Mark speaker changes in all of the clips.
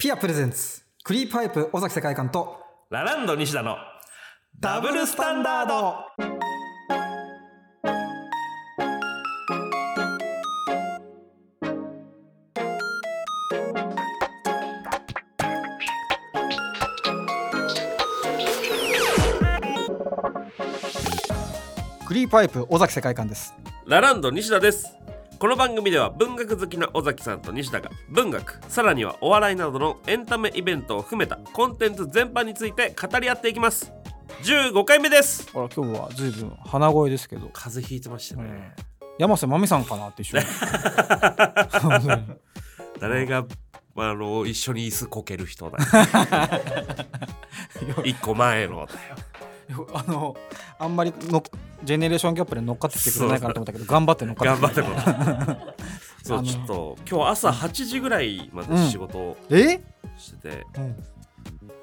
Speaker 1: フィアプレゼンツ、クリープハイプ尾崎世界観と、
Speaker 2: ラランド西田のダブルスタンダード
Speaker 1: クリープハイプ尾崎世界観です。
Speaker 2: ラランド西田ですこの番組では文学好きな尾崎さんと西田が文学さらにはお笑いなどのエンタメイベントを含めたコンテンツ全般について語り合っていきます15回目です
Speaker 3: ほら今日は随分鼻声ですけど、
Speaker 2: 風邪ひいてましたね、
Speaker 3: 山瀬まみさんかなって一緒に本当に
Speaker 2: 誰があの一緒に椅子こける人 だよ一個前の だよ
Speaker 3: あのあんまりのジェネレーションギャップで乗っかってきてくれないかなと思ったけど頑張って乗っか
Speaker 2: 頑
Speaker 3: ってき
Speaker 2: 張っても らうそ
Speaker 3: あ
Speaker 2: う
Speaker 3: の
Speaker 2: ちょっと今日朝8時ぐらいまで仕事を
Speaker 3: てえ
Speaker 2: してて、
Speaker 3: うん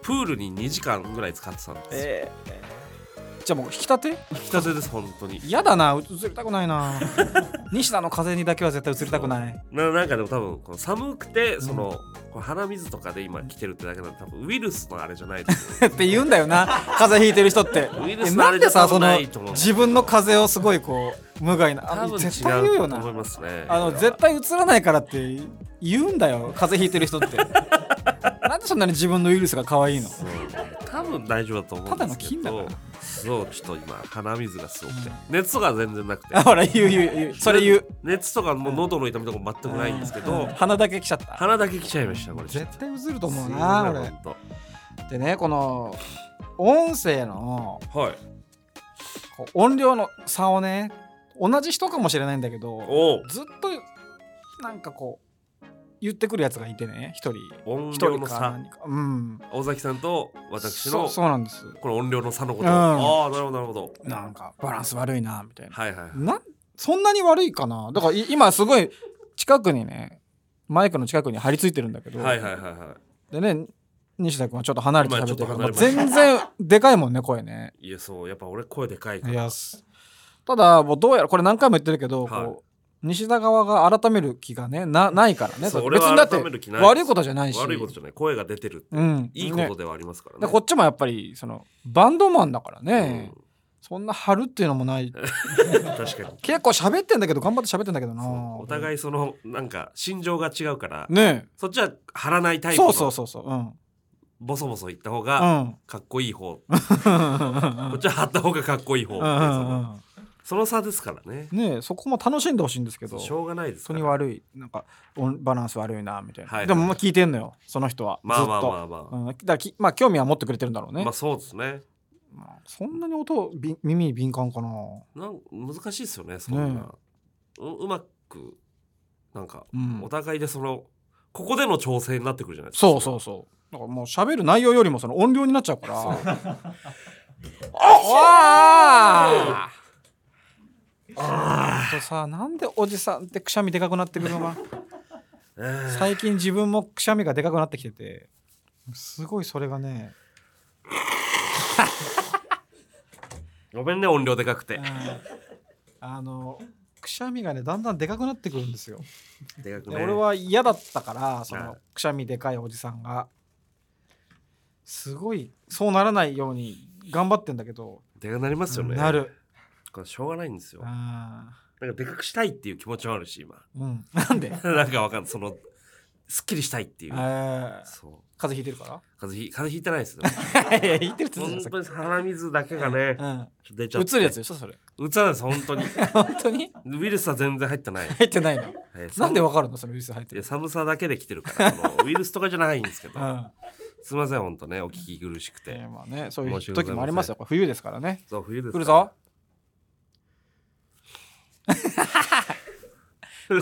Speaker 2: プールに2時間ぐらい使ってたんですよ
Speaker 3: えじゃあもう引き立て
Speaker 2: 引き立てです本当に
Speaker 3: 嫌だなう映りたくないな 西田の風にだけは絶対映りたくない
Speaker 2: ななんかでも多分こう寒くてその、こう鼻水とかで今来てるってだけなんで多分ウイルスのあれじゃないと思
Speaker 3: って言うんだよな風邪ひいてる人って
Speaker 2: ウイルス
Speaker 3: え
Speaker 2: のあ
Speaker 3: な
Speaker 2: れ
Speaker 3: ん
Speaker 2: じ
Speaker 3: で
Speaker 2: ゃ
Speaker 3: さ
Speaker 2: 多分
Speaker 3: そ
Speaker 2: な
Speaker 3: の
Speaker 2: いと思う
Speaker 3: 自分の風邪をすごいこう無害なあ
Speaker 2: う多
Speaker 3: 絶対言う
Speaker 2: 分違
Speaker 3: よ
Speaker 2: うと
Speaker 3: な
Speaker 2: 思いますね
Speaker 3: あの絶対映らないからって言うんだよ風邪ひいてる人 ってなんでそんなに自分のウイルスが可愛いの
Speaker 2: そう多分大丈夫だと思うんですけ
Speaker 3: ただの菌
Speaker 2: ど
Speaker 3: だか
Speaker 2: そうちょっと今鼻水がすごくて、熱とかは全然なくて
Speaker 3: あ ほら言う言う言うそれ言う
Speaker 2: 熱とかもう喉の痛みとかも全くないんですけど、
Speaker 3: 鼻だけ来ちゃった
Speaker 2: 鼻だけ来ちゃいましたこれちょっと
Speaker 3: 絶対映ると思うな
Speaker 2: すいま
Speaker 3: 俺
Speaker 2: せんほん
Speaker 3: でねこの音声の
Speaker 2: とはい
Speaker 3: こう音量の差をね同じ人かもしれないんだけど
Speaker 2: おう
Speaker 3: ずっとなんかこう言ってくるやつがいてね一人
Speaker 2: 音
Speaker 3: 一
Speaker 2: 量
Speaker 3: 人
Speaker 2: の
Speaker 3: か
Speaker 2: 差
Speaker 3: 何かうん
Speaker 2: 尾崎さんと私の
Speaker 3: そうそうなんです
Speaker 2: この音量の差のこと、
Speaker 3: うん
Speaker 2: ああなるほどなるほど
Speaker 3: なんかバランス悪いなみたいな
Speaker 2: はいはいはい
Speaker 3: なんそんなに悪いかなだからい今すごい近くにねマイクの近くに張り付いてるんだけど、
Speaker 2: はいはいはいは
Speaker 3: でね西田君はちょっと離れて喋ってるから、
Speaker 2: まあ
Speaker 3: まあ
Speaker 2: ちょっと離れま
Speaker 3: 全然でかいもんね声ね
Speaker 2: い。いや、そう、やっぱ俺声でかいから。
Speaker 3: いやすただもうどうやらこれ何回も言ってるけど、
Speaker 2: はい
Speaker 3: こう西田側が改める気がねなないからね
Speaker 2: そ
Speaker 3: だっ
Speaker 2: う
Speaker 3: て
Speaker 2: 俺
Speaker 3: 別
Speaker 2: は
Speaker 3: にだって
Speaker 2: 改める気ない
Speaker 3: 悪いことじゃないし
Speaker 2: 悪いことじゃない。声が出てるって、
Speaker 3: うん
Speaker 2: いいこと
Speaker 3: ね
Speaker 2: ではありますからね。
Speaker 3: でこっちもやっぱりそのバンドマンだから
Speaker 2: う
Speaker 3: ね、
Speaker 2: ん
Speaker 3: そんな張るっていうのもない
Speaker 2: 確かに。
Speaker 3: 結構喋ってんだけど頑張って喋ってんだけどな
Speaker 2: そうお互いその、なんか、心情が違うから、
Speaker 3: ね
Speaker 2: そっちは張らないタイプ
Speaker 3: そ
Speaker 2: の
Speaker 3: うそうそうそううん
Speaker 2: ボソボソ言った方
Speaker 3: う
Speaker 2: が、
Speaker 3: ん
Speaker 2: かっこいい方。こ
Speaker 3: こ
Speaker 2: っちは張った方がかっこいい方。
Speaker 3: うんうん
Speaker 2: その差ですからね
Speaker 3: う。んねえそこも楽しんでほしいんですけど
Speaker 2: し
Speaker 3: 本
Speaker 2: ょうがないです
Speaker 3: 当
Speaker 2: か
Speaker 3: に
Speaker 2: ら。
Speaker 3: 悪いなんかオンバランス悪いなみたいな、
Speaker 2: はい
Speaker 3: でもまあ聞いてんのよその人は、
Speaker 2: まあまあまあ
Speaker 3: ずっ
Speaker 2: ま
Speaker 3: と、うん、だからきまあ興味は持ってくれてるんだろう
Speaker 2: あ。
Speaker 3: ね、
Speaker 2: まあそうですね。
Speaker 3: まあそんなに音び耳に敏感かな
Speaker 2: なん難しいですよね、そんな。
Speaker 3: ね
Speaker 2: ううまく、なんか、
Speaker 3: うん
Speaker 2: お互いでその、ここでの調整になってくるじゃないですか。
Speaker 3: そうそうそうだからもう喋る内容よりもその音量になっちゃうから ああああとさなんでおじさんってくしゃみでかくなってくるのかな
Speaker 2: えー
Speaker 3: 最近自分もくしゃみがでかくなってきててすごいそれがね、
Speaker 2: ごめんね音量でかくて
Speaker 3: うんあのくしゃみがねだんだんでかくなってくるんですよ、
Speaker 2: でかく
Speaker 3: で
Speaker 2: ね
Speaker 3: 俺は嫌だったからそ
Speaker 2: はい
Speaker 3: のくしゃみでかいおじさんがすごいそうならないように頑張ってんだけど、
Speaker 2: でかくなりますよね
Speaker 3: なる
Speaker 2: これしょうがないんですよなん
Speaker 3: あ
Speaker 2: かでかくしたいっていう気持ちはあるし今
Speaker 3: ーうん なんで
Speaker 2: なんかわかんないそのすっきりしたいっていう
Speaker 3: あー
Speaker 2: そう
Speaker 3: 風邪ひいてるか
Speaker 2: 風邪ひ風邪ひいてないで すね
Speaker 3: らいやひいてるって言って
Speaker 2: 本
Speaker 3: た
Speaker 2: 当に鼻水だけがね
Speaker 3: よ
Speaker 2: ちょっと出ち
Speaker 3: う
Speaker 2: ゃ
Speaker 3: ん
Speaker 2: っ
Speaker 3: 映
Speaker 2: て
Speaker 3: るやつでしょそれ
Speaker 2: うつらないです本当に
Speaker 3: 本当に
Speaker 2: ウイルスは全然入ってない
Speaker 3: 入ってないの
Speaker 2: えー
Speaker 3: なんで
Speaker 2: 寒
Speaker 3: わかるのそのウイルス入って
Speaker 2: いや
Speaker 3: る
Speaker 2: 寒さだけで来てる からそのウイルスとかじゃないんですけど
Speaker 3: うん
Speaker 2: すいません本当ねお聞き苦しく
Speaker 3: え
Speaker 2: て
Speaker 3: ーまあね、そういう
Speaker 2: 申し訳
Speaker 3: 時
Speaker 2: ございません
Speaker 3: もありますよ。これ冬ですからね。
Speaker 2: そう冬です
Speaker 3: 来る
Speaker 2: から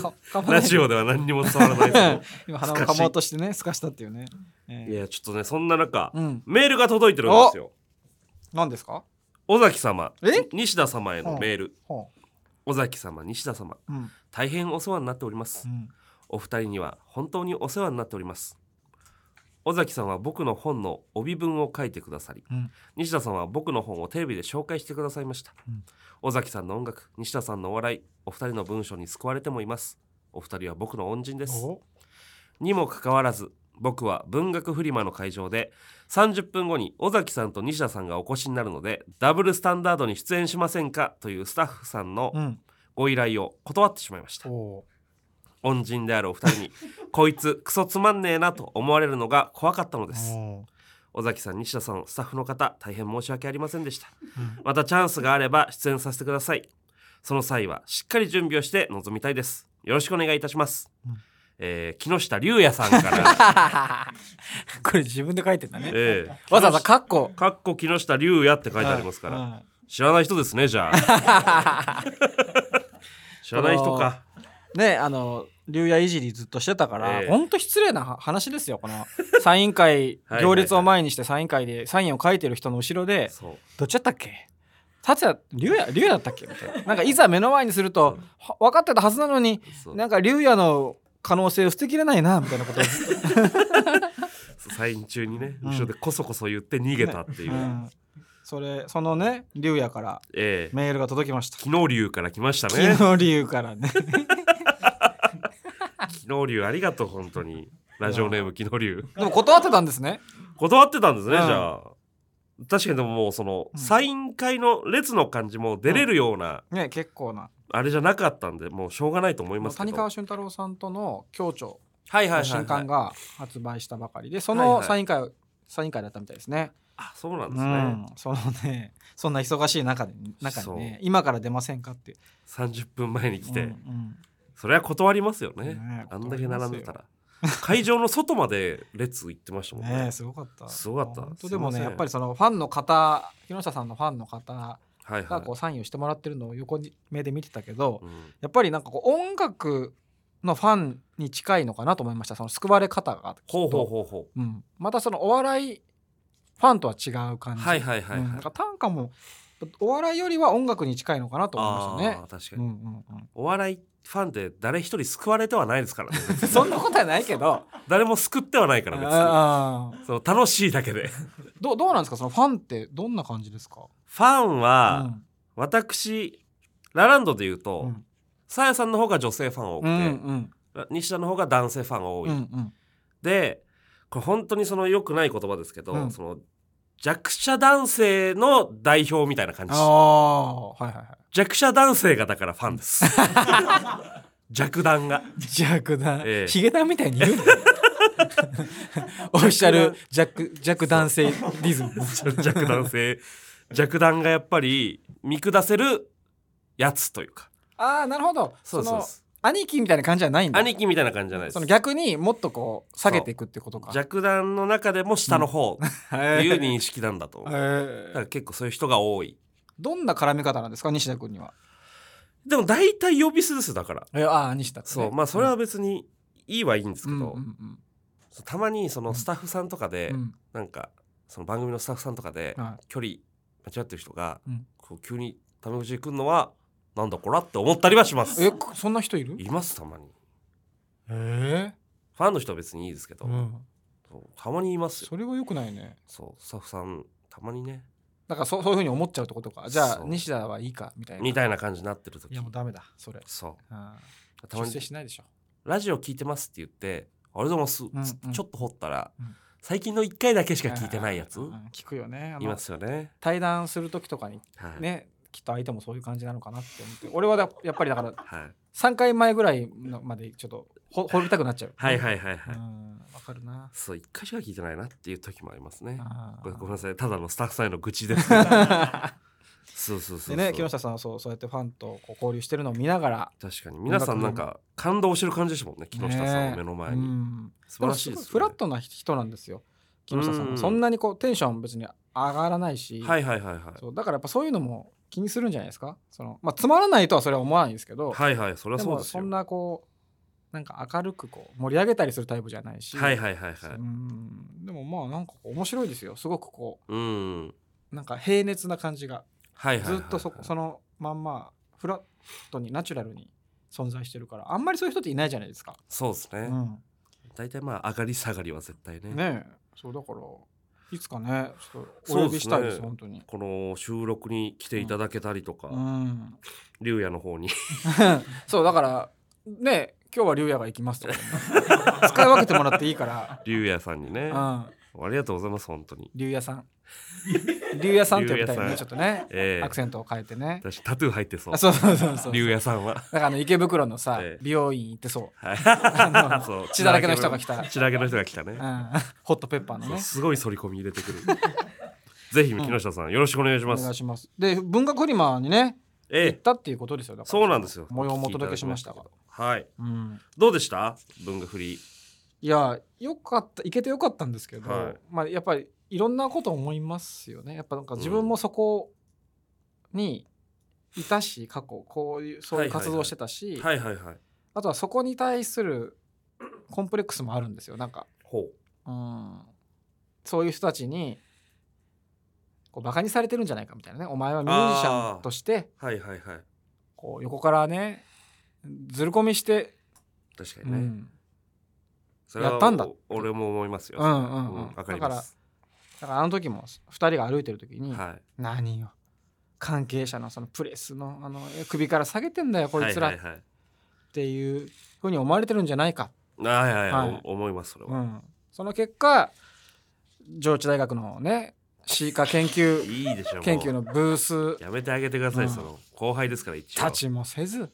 Speaker 3: ぞ。かかまな
Speaker 2: ラ
Speaker 3: い
Speaker 2: ジオでは何にも伝わらないです
Speaker 3: 今鼻をかもうとしてね、すかしたっていうね。え
Speaker 2: けどい
Speaker 3: ー
Speaker 2: やちょっとねそんな中
Speaker 3: うん。
Speaker 2: メールが届いてるんですよ
Speaker 3: 何ですか
Speaker 2: 尾崎様
Speaker 3: え
Speaker 2: 西田様へのメール、
Speaker 3: ほ
Speaker 2: 尾崎様西田様
Speaker 3: う。うん。
Speaker 2: 大変お世話になっております、
Speaker 3: うん。
Speaker 2: お二人には本当にお世話になっております尾崎さんは僕の本の帯文を書いてくださり、
Speaker 3: うん
Speaker 2: 西田さんは僕の本をテレビで紹介してくださいました、
Speaker 3: うん
Speaker 2: 尾崎さんの音楽西田さんのお笑いお二人の文章に救われてもいますお二人は僕の恩人です
Speaker 3: お
Speaker 2: にもかかわらず僕は文学フリマの会場で30分後に尾崎さんと西田さんがお越しになるのでダブルスタンダードに出演しませんかというスタッフさんの
Speaker 3: うん。
Speaker 2: ご依頼を断ってしまいました
Speaker 3: お
Speaker 2: 恩人であるお二人に こいつクソつまんねえなと思われるのが怖かったのです
Speaker 3: お。
Speaker 2: 尾崎さん西田さんスタッフの方大変申し訳ありませんでしたまたチャンスがあれば出演させてくださいその際はしっかり準備をして臨みたいですよろしくお願いいたします、えー木下龍也さん から、
Speaker 3: これ自分で書いてんだね。
Speaker 2: えー
Speaker 3: わざわざカッコ。
Speaker 2: かっこ木下龍也って書いてありますから、
Speaker 3: うん
Speaker 2: 知らない人ですねじゃあ 知らない人か
Speaker 3: ねあの竜也いじりずっとしてたから、
Speaker 2: ええ
Speaker 3: ほんと失礼なは話ですよこのサイン会
Speaker 2: はいはい
Speaker 3: 行列を前にしてサイン会でサインを書いてる人の後ろで
Speaker 2: そう
Speaker 3: どっちだったっけ達也竜也竜也だったっけみたいななんかいざ目の前にする とは分かってたはずなのに
Speaker 2: そう
Speaker 3: なんか竜也の可能性を捨てきれないなみたいな ことをずっと
Speaker 2: サイン中にね
Speaker 3: うん
Speaker 2: 後ろでこそこそ言って逃げたっていう、
Speaker 3: うんそれそのね竜也から
Speaker 2: ええ
Speaker 3: メールが届きました
Speaker 2: 昨日龍から来ましたね
Speaker 3: 昨日竜から ね
Speaker 2: 昨日龍ありがとう本当にラジオネーム昨日龍
Speaker 3: でも断ってたんですね
Speaker 2: 断ってたんですね、
Speaker 3: うん
Speaker 2: じゃあ確かにでももうその、
Speaker 3: うん
Speaker 2: サイン会の列の感じも出れるような、
Speaker 3: ね結構な
Speaker 2: あれじゃなかったんでもうしょうがないと思いますけど
Speaker 3: 谷川俊太郎さんとの協調
Speaker 2: はいはいはい、はい、
Speaker 3: 新刊が発売したばかりでそ
Speaker 2: はいは
Speaker 3: の
Speaker 2: い
Speaker 3: サイン会をサイン会だったみたいですね。
Speaker 2: あそうなん
Speaker 3: う
Speaker 2: ですね、
Speaker 3: ん、そのねそんな忙しい中で中にね今から出ませんかって
Speaker 2: 30分前に来て、
Speaker 3: うんうん
Speaker 2: それは断りますよね
Speaker 3: ねえ
Speaker 2: あんだけ並んでたら会場の外まで列行ってましたもんね
Speaker 3: ねえすごかった
Speaker 2: すごかった
Speaker 3: 本当
Speaker 2: す
Speaker 3: で
Speaker 2: いま
Speaker 3: も
Speaker 2: せん
Speaker 3: ねやっぱりそのファンの方木下さんのファンの方
Speaker 2: はいは
Speaker 3: が
Speaker 2: い
Speaker 3: こうサインをしてもらってるのを横に目で見てたけど
Speaker 2: うん
Speaker 3: やっぱりなんかこう音楽のファンに近いのかなと思いましたその救われ方がきっと
Speaker 2: ほうほうほうほ
Speaker 3: うん、またそのお笑いファンとは違う感
Speaker 2: う
Speaker 3: じ
Speaker 2: はいはいはいはい、
Speaker 3: うん、なんか短歌もお笑いよりは音楽に近いのかなと
Speaker 2: あ
Speaker 3: 思いましたね
Speaker 2: ー。確か
Speaker 3: うん
Speaker 2: に、
Speaker 3: うんう
Speaker 2: お笑いファンって誰一人救われてはないです からね
Speaker 3: ん、そんなことはないけど
Speaker 2: 誰も救ってはないから別に
Speaker 3: あー
Speaker 2: その楽しいだけで
Speaker 3: どうどうなんですかそのファンってどんな感じですか
Speaker 2: ファンは、
Speaker 3: うん
Speaker 2: 私ラランドで言うと、
Speaker 3: うん
Speaker 2: さやさんの方が女性ファンが多く
Speaker 3: うん
Speaker 2: て、西田の方が男性ファンが多
Speaker 3: うん
Speaker 2: い、
Speaker 3: うん
Speaker 2: でこれ本当にその良くない言葉ですけど、
Speaker 3: うん
Speaker 2: その弱者男性の代表みたいな感じ
Speaker 3: ああはいはいは
Speaker 2: 弱者男性がだからファンです 弱男が
Speaker 3: いジャックダン、
Speaker 2: ええ
Speaker 3: ヒゲダンみたいに 言うのオフィシャルジャックジャック男性ディズム
Speaker 2: 弱男性弱男がやっぱり見下せるやつというか
Speaker 3: ああなるほど
Speaker 2: そうですそうです
Speaker 3: の兄貴みたいな感じじゃないんだ
Speaker 2: 兄貴みたいな感じじゃないです
Speaker 3: その逆にもっとこう下げていくってことか
Speaker 2: 弱男の中でも下の方
Speaker 3: って
Speaker 2: っていう認識なんだと思う、だか
Speaker 3: え
Speaker 2: ら結構そういう人が多い
Speaker 3: どんな絡み方なんですか西田君には。
Speaker 2: でも大体呼び捨てですよだから
Speaker 3: えああ西田君
Speaker 2: そ
Speaker 3: ね、
Speaker 2: うまあそれは別にいいはいいんですけど、
Speaker 3: うんうん
Speaker 2: そうたまにそのスタッフさんとかで、
Speaker 3: うんうん
Speaker 2: なんかその番組のスタッフさんとかで
Speaker 3: は
Speaker 2: 距離間違ってる人が、
Speaker 3: うん
Speaker 2: こう急にタメ口で来るのはなんだこらって思ったりはしま
Speaker 3: いえ
Speaker 2: す
Speaker 3: こそんな人いる
Speaker 2: いますたまに
Speaker 3: え
Speaker 2: ファンの人は別にいいですけど、
Speaker 3: うん、
Speaker 2: そうたまにいますよ
Speaker 3: それはよくないね
Speaker 2: そうスタッフさんたまにね
Speaker 3: だからそそういうふうに思っちゃうってことかじゃ
Speaker 2: そ
Speaker 3: あ
Speaker 2: う
Speaker 3: 西田はいいかみたいな
Speaker 2: みたいな感じになってる
Speaker 3: い
Speaker 2: 時
Speaker 3: やもうダメだそれ
Speaker 2: そ
Speaker 3: あ
Speaker 2: うた
Speaker 3: 出
Speaker 2: まに
Speaker 3: 世しないでしょ
Speaker 2: ラジオ聞いてますって言って、あれでもす、
Speaker 3: ん
Speaker 2: つ
Speaker 3: うん
Speaker 2: ちょっと掘ったら、
Speaker 3: うん
Speaker 2: 最近の1回だけしか聞いてないやつ、
Speaker 3: うん聞くよねあの
Speaker 2: いますよね。
Speaker 3: 対談する時とかに
Speaker 2: はい。
Speaker 3: ね、きっと相手もそういう感じなのかなって思って俺はだやっぱりだから
Speaker 2: はい、
Speaker 3: 3回前ぐらいのまでちょっとほ掘りたくなっちゃう
Speaker 2: はいはいはいは
Speaker 3: う
Speaker 2: い。
Speaker 3: んわかるな
Speaker 2: そう、1回しか聞いてないなっていう時もありますね。
Speaker 3: あー
Speaker 2: ごごめんなさい、ただのスタッフさんへの愚痴ですけど。そうそうそうそう
Speaker 3: でね木下さんはそうそうやってファンとこう交流してるのを見ながら
Speaker 2: 確かに皆さんなんか感動してる感じでしたもんね木下さんの目の前に、
Speaker 3: うん
Speaker 2: 素晴らしいです,、ね、
Speaker 3: もごフラットな人なんですよ木下さん
Speaker 2: うん
Speaker 3: はそんなにこうテンション別に上がらないし、
Speaker 2: はいはいはいはい
Speaker 3: そうだからやっぱそういうのも気にするんじゃないですかその、まあ、つまらないとはそれは思わないですけど、
Speaker 2: はいはいそれは
Speaker 3: で
Speaker 2: そう
Speaker 3: も
Speaker 2: です
Speaker 3: そ
Speaker 2: よ
Speaker 3: んなこうなんか明るくこう盛り上げたりするタイプじゃないし、、
Speaker 2: はいはいはいはいう
Speaker 3: んでもまあなんかこう面白いですよすごくこ
Speaker 2: うん、は
Speaker 3: うなんか平熱な感じが
Speaker 2: いはいはいはい
Speaker 3: ずっとそそのまんまフラットにナチュラルに存在してるからあんまりそういう人っていないじゃないですか。
Speaker 2: そうですね、
Speaker 3: うん
Speaker 2: 大体まあ上がり下がりは絶対ね
Speaker 3: ねえそうだからいつかねちょっと
Speaker 2: そ
Speaker 3: お
Speaker 2: う
Speaker 3: 呼
Speaker 2: で
Speaker 3: び
Speaker 2: すね
Speaker 3: したいです本当に
Speaker 2: この収録に来ていただけたりとか、
Speaker 3: うん
Speaker 2: 龍也の方に
Speaker 3: そうだからねえ今日は龍也が行きますと か使い分けてもらっていいから
Speaker 2: 龍也さんにね、あ
Speaker 3: うん
Speaker 2: りがとうございます本当に
Speaker 3: 龍也さん龍也さんって呼びたいよ
Speaker 2: 龍
Speaker 3: ね
Speaker 2: 也さん
Speaker 3: ちょっとね、
Speaker 2: ええ
Speaker 3: アクセントを変えてね
Speaker 2: 私タトゥー入ってそう
Speaker 3: あそうそうそうそうだ
Speaker 2: 龍
Speaker 3: か
Speaker 2: 也さんは
Speaker 3: らあの池袋のさ、
Speaker 2: ええ
Speaker 3: 美容院行ってそう
Speaker 2: はい そう
Speaker 3: 血だらけの人が来た
Speaker 2: 血だらけの人が来た
Speaker 3: う
Speaker 2: ね
Speaker 3: んホットペッパーの
Speaker 2: そう
Speaker 3: ね
Speaker 2: すごい反り込み入れてくる ぜひ木下さんよろしくお願いし
Speaker 3: お
Speaker 2: ます
Speaker 3: 願いしますで文学フリマにね
Speaker 2: え
Speaker 3: 行っ
Speaker 2: え
Speaker 3: たっていうことですよだから
Speaker 2: そうなんですよ
Speaker 3: 模様もお届けしましたが
Speaker 2: はい
Speaker 3: うん
Speaker 2: どうでした文化フリー
Speaker 3: いやよかった行けてよかったんですけど、
Speaker 2: はい
Speaker 3: まあやっぱりいろんなこと思いますよねやっぱなんか自分もそこにいたし過去こういうそういう活動をしてたし、
Speaker 2: はいはいはい
Speaker 3: あとはそこに対するコンプレックスもあるんですよなんか、
Speaker 2: ほ
Speaker 3: うん、そういう人たちにこうバカにされてるんじゃないかみたいなねお前はミュージシャンとして
Speaker 2: うはいはいはい
Speaker 3: こう横からねずる込みして、
Speaker 2: 確か
Speaker 3: う
Speaker 2: にね、
Speaker 3: ん、
Speaker 2: それは
Speaker 3: やったんだ
Speaker 2: お俺も思いますよ
Speaker 3: うんうんうん
Speaker 2: わ、かります
Speaker 3: だからあの時も2人が歩いてる時に、
Speaker 2: はい
Speaker 3: 何よ関係者のそのプレスのあのえ首から下げてんだよこいつら
Speaker 2: は
Speaker 3: っ
Speaker 2: いはいはい
Speaker 3: ていうふうに思われてるんじゃないか、
Speaker 2: はいはいはい、
Speaker 3: はい
Speaker 2: お思いますそれ
Speaker 3: う
Speaker 2: は、
Speaker 3: ん、その結果上智大学のねシーカ研究
Speaker 2: いいでしょもう
Speaker 3: 研究のブース
Speaker 2: やめてあげてください、
Speaker 3: うん
Speaker 2: その後輩ですから一応
Speaker 3: たちもせ ず、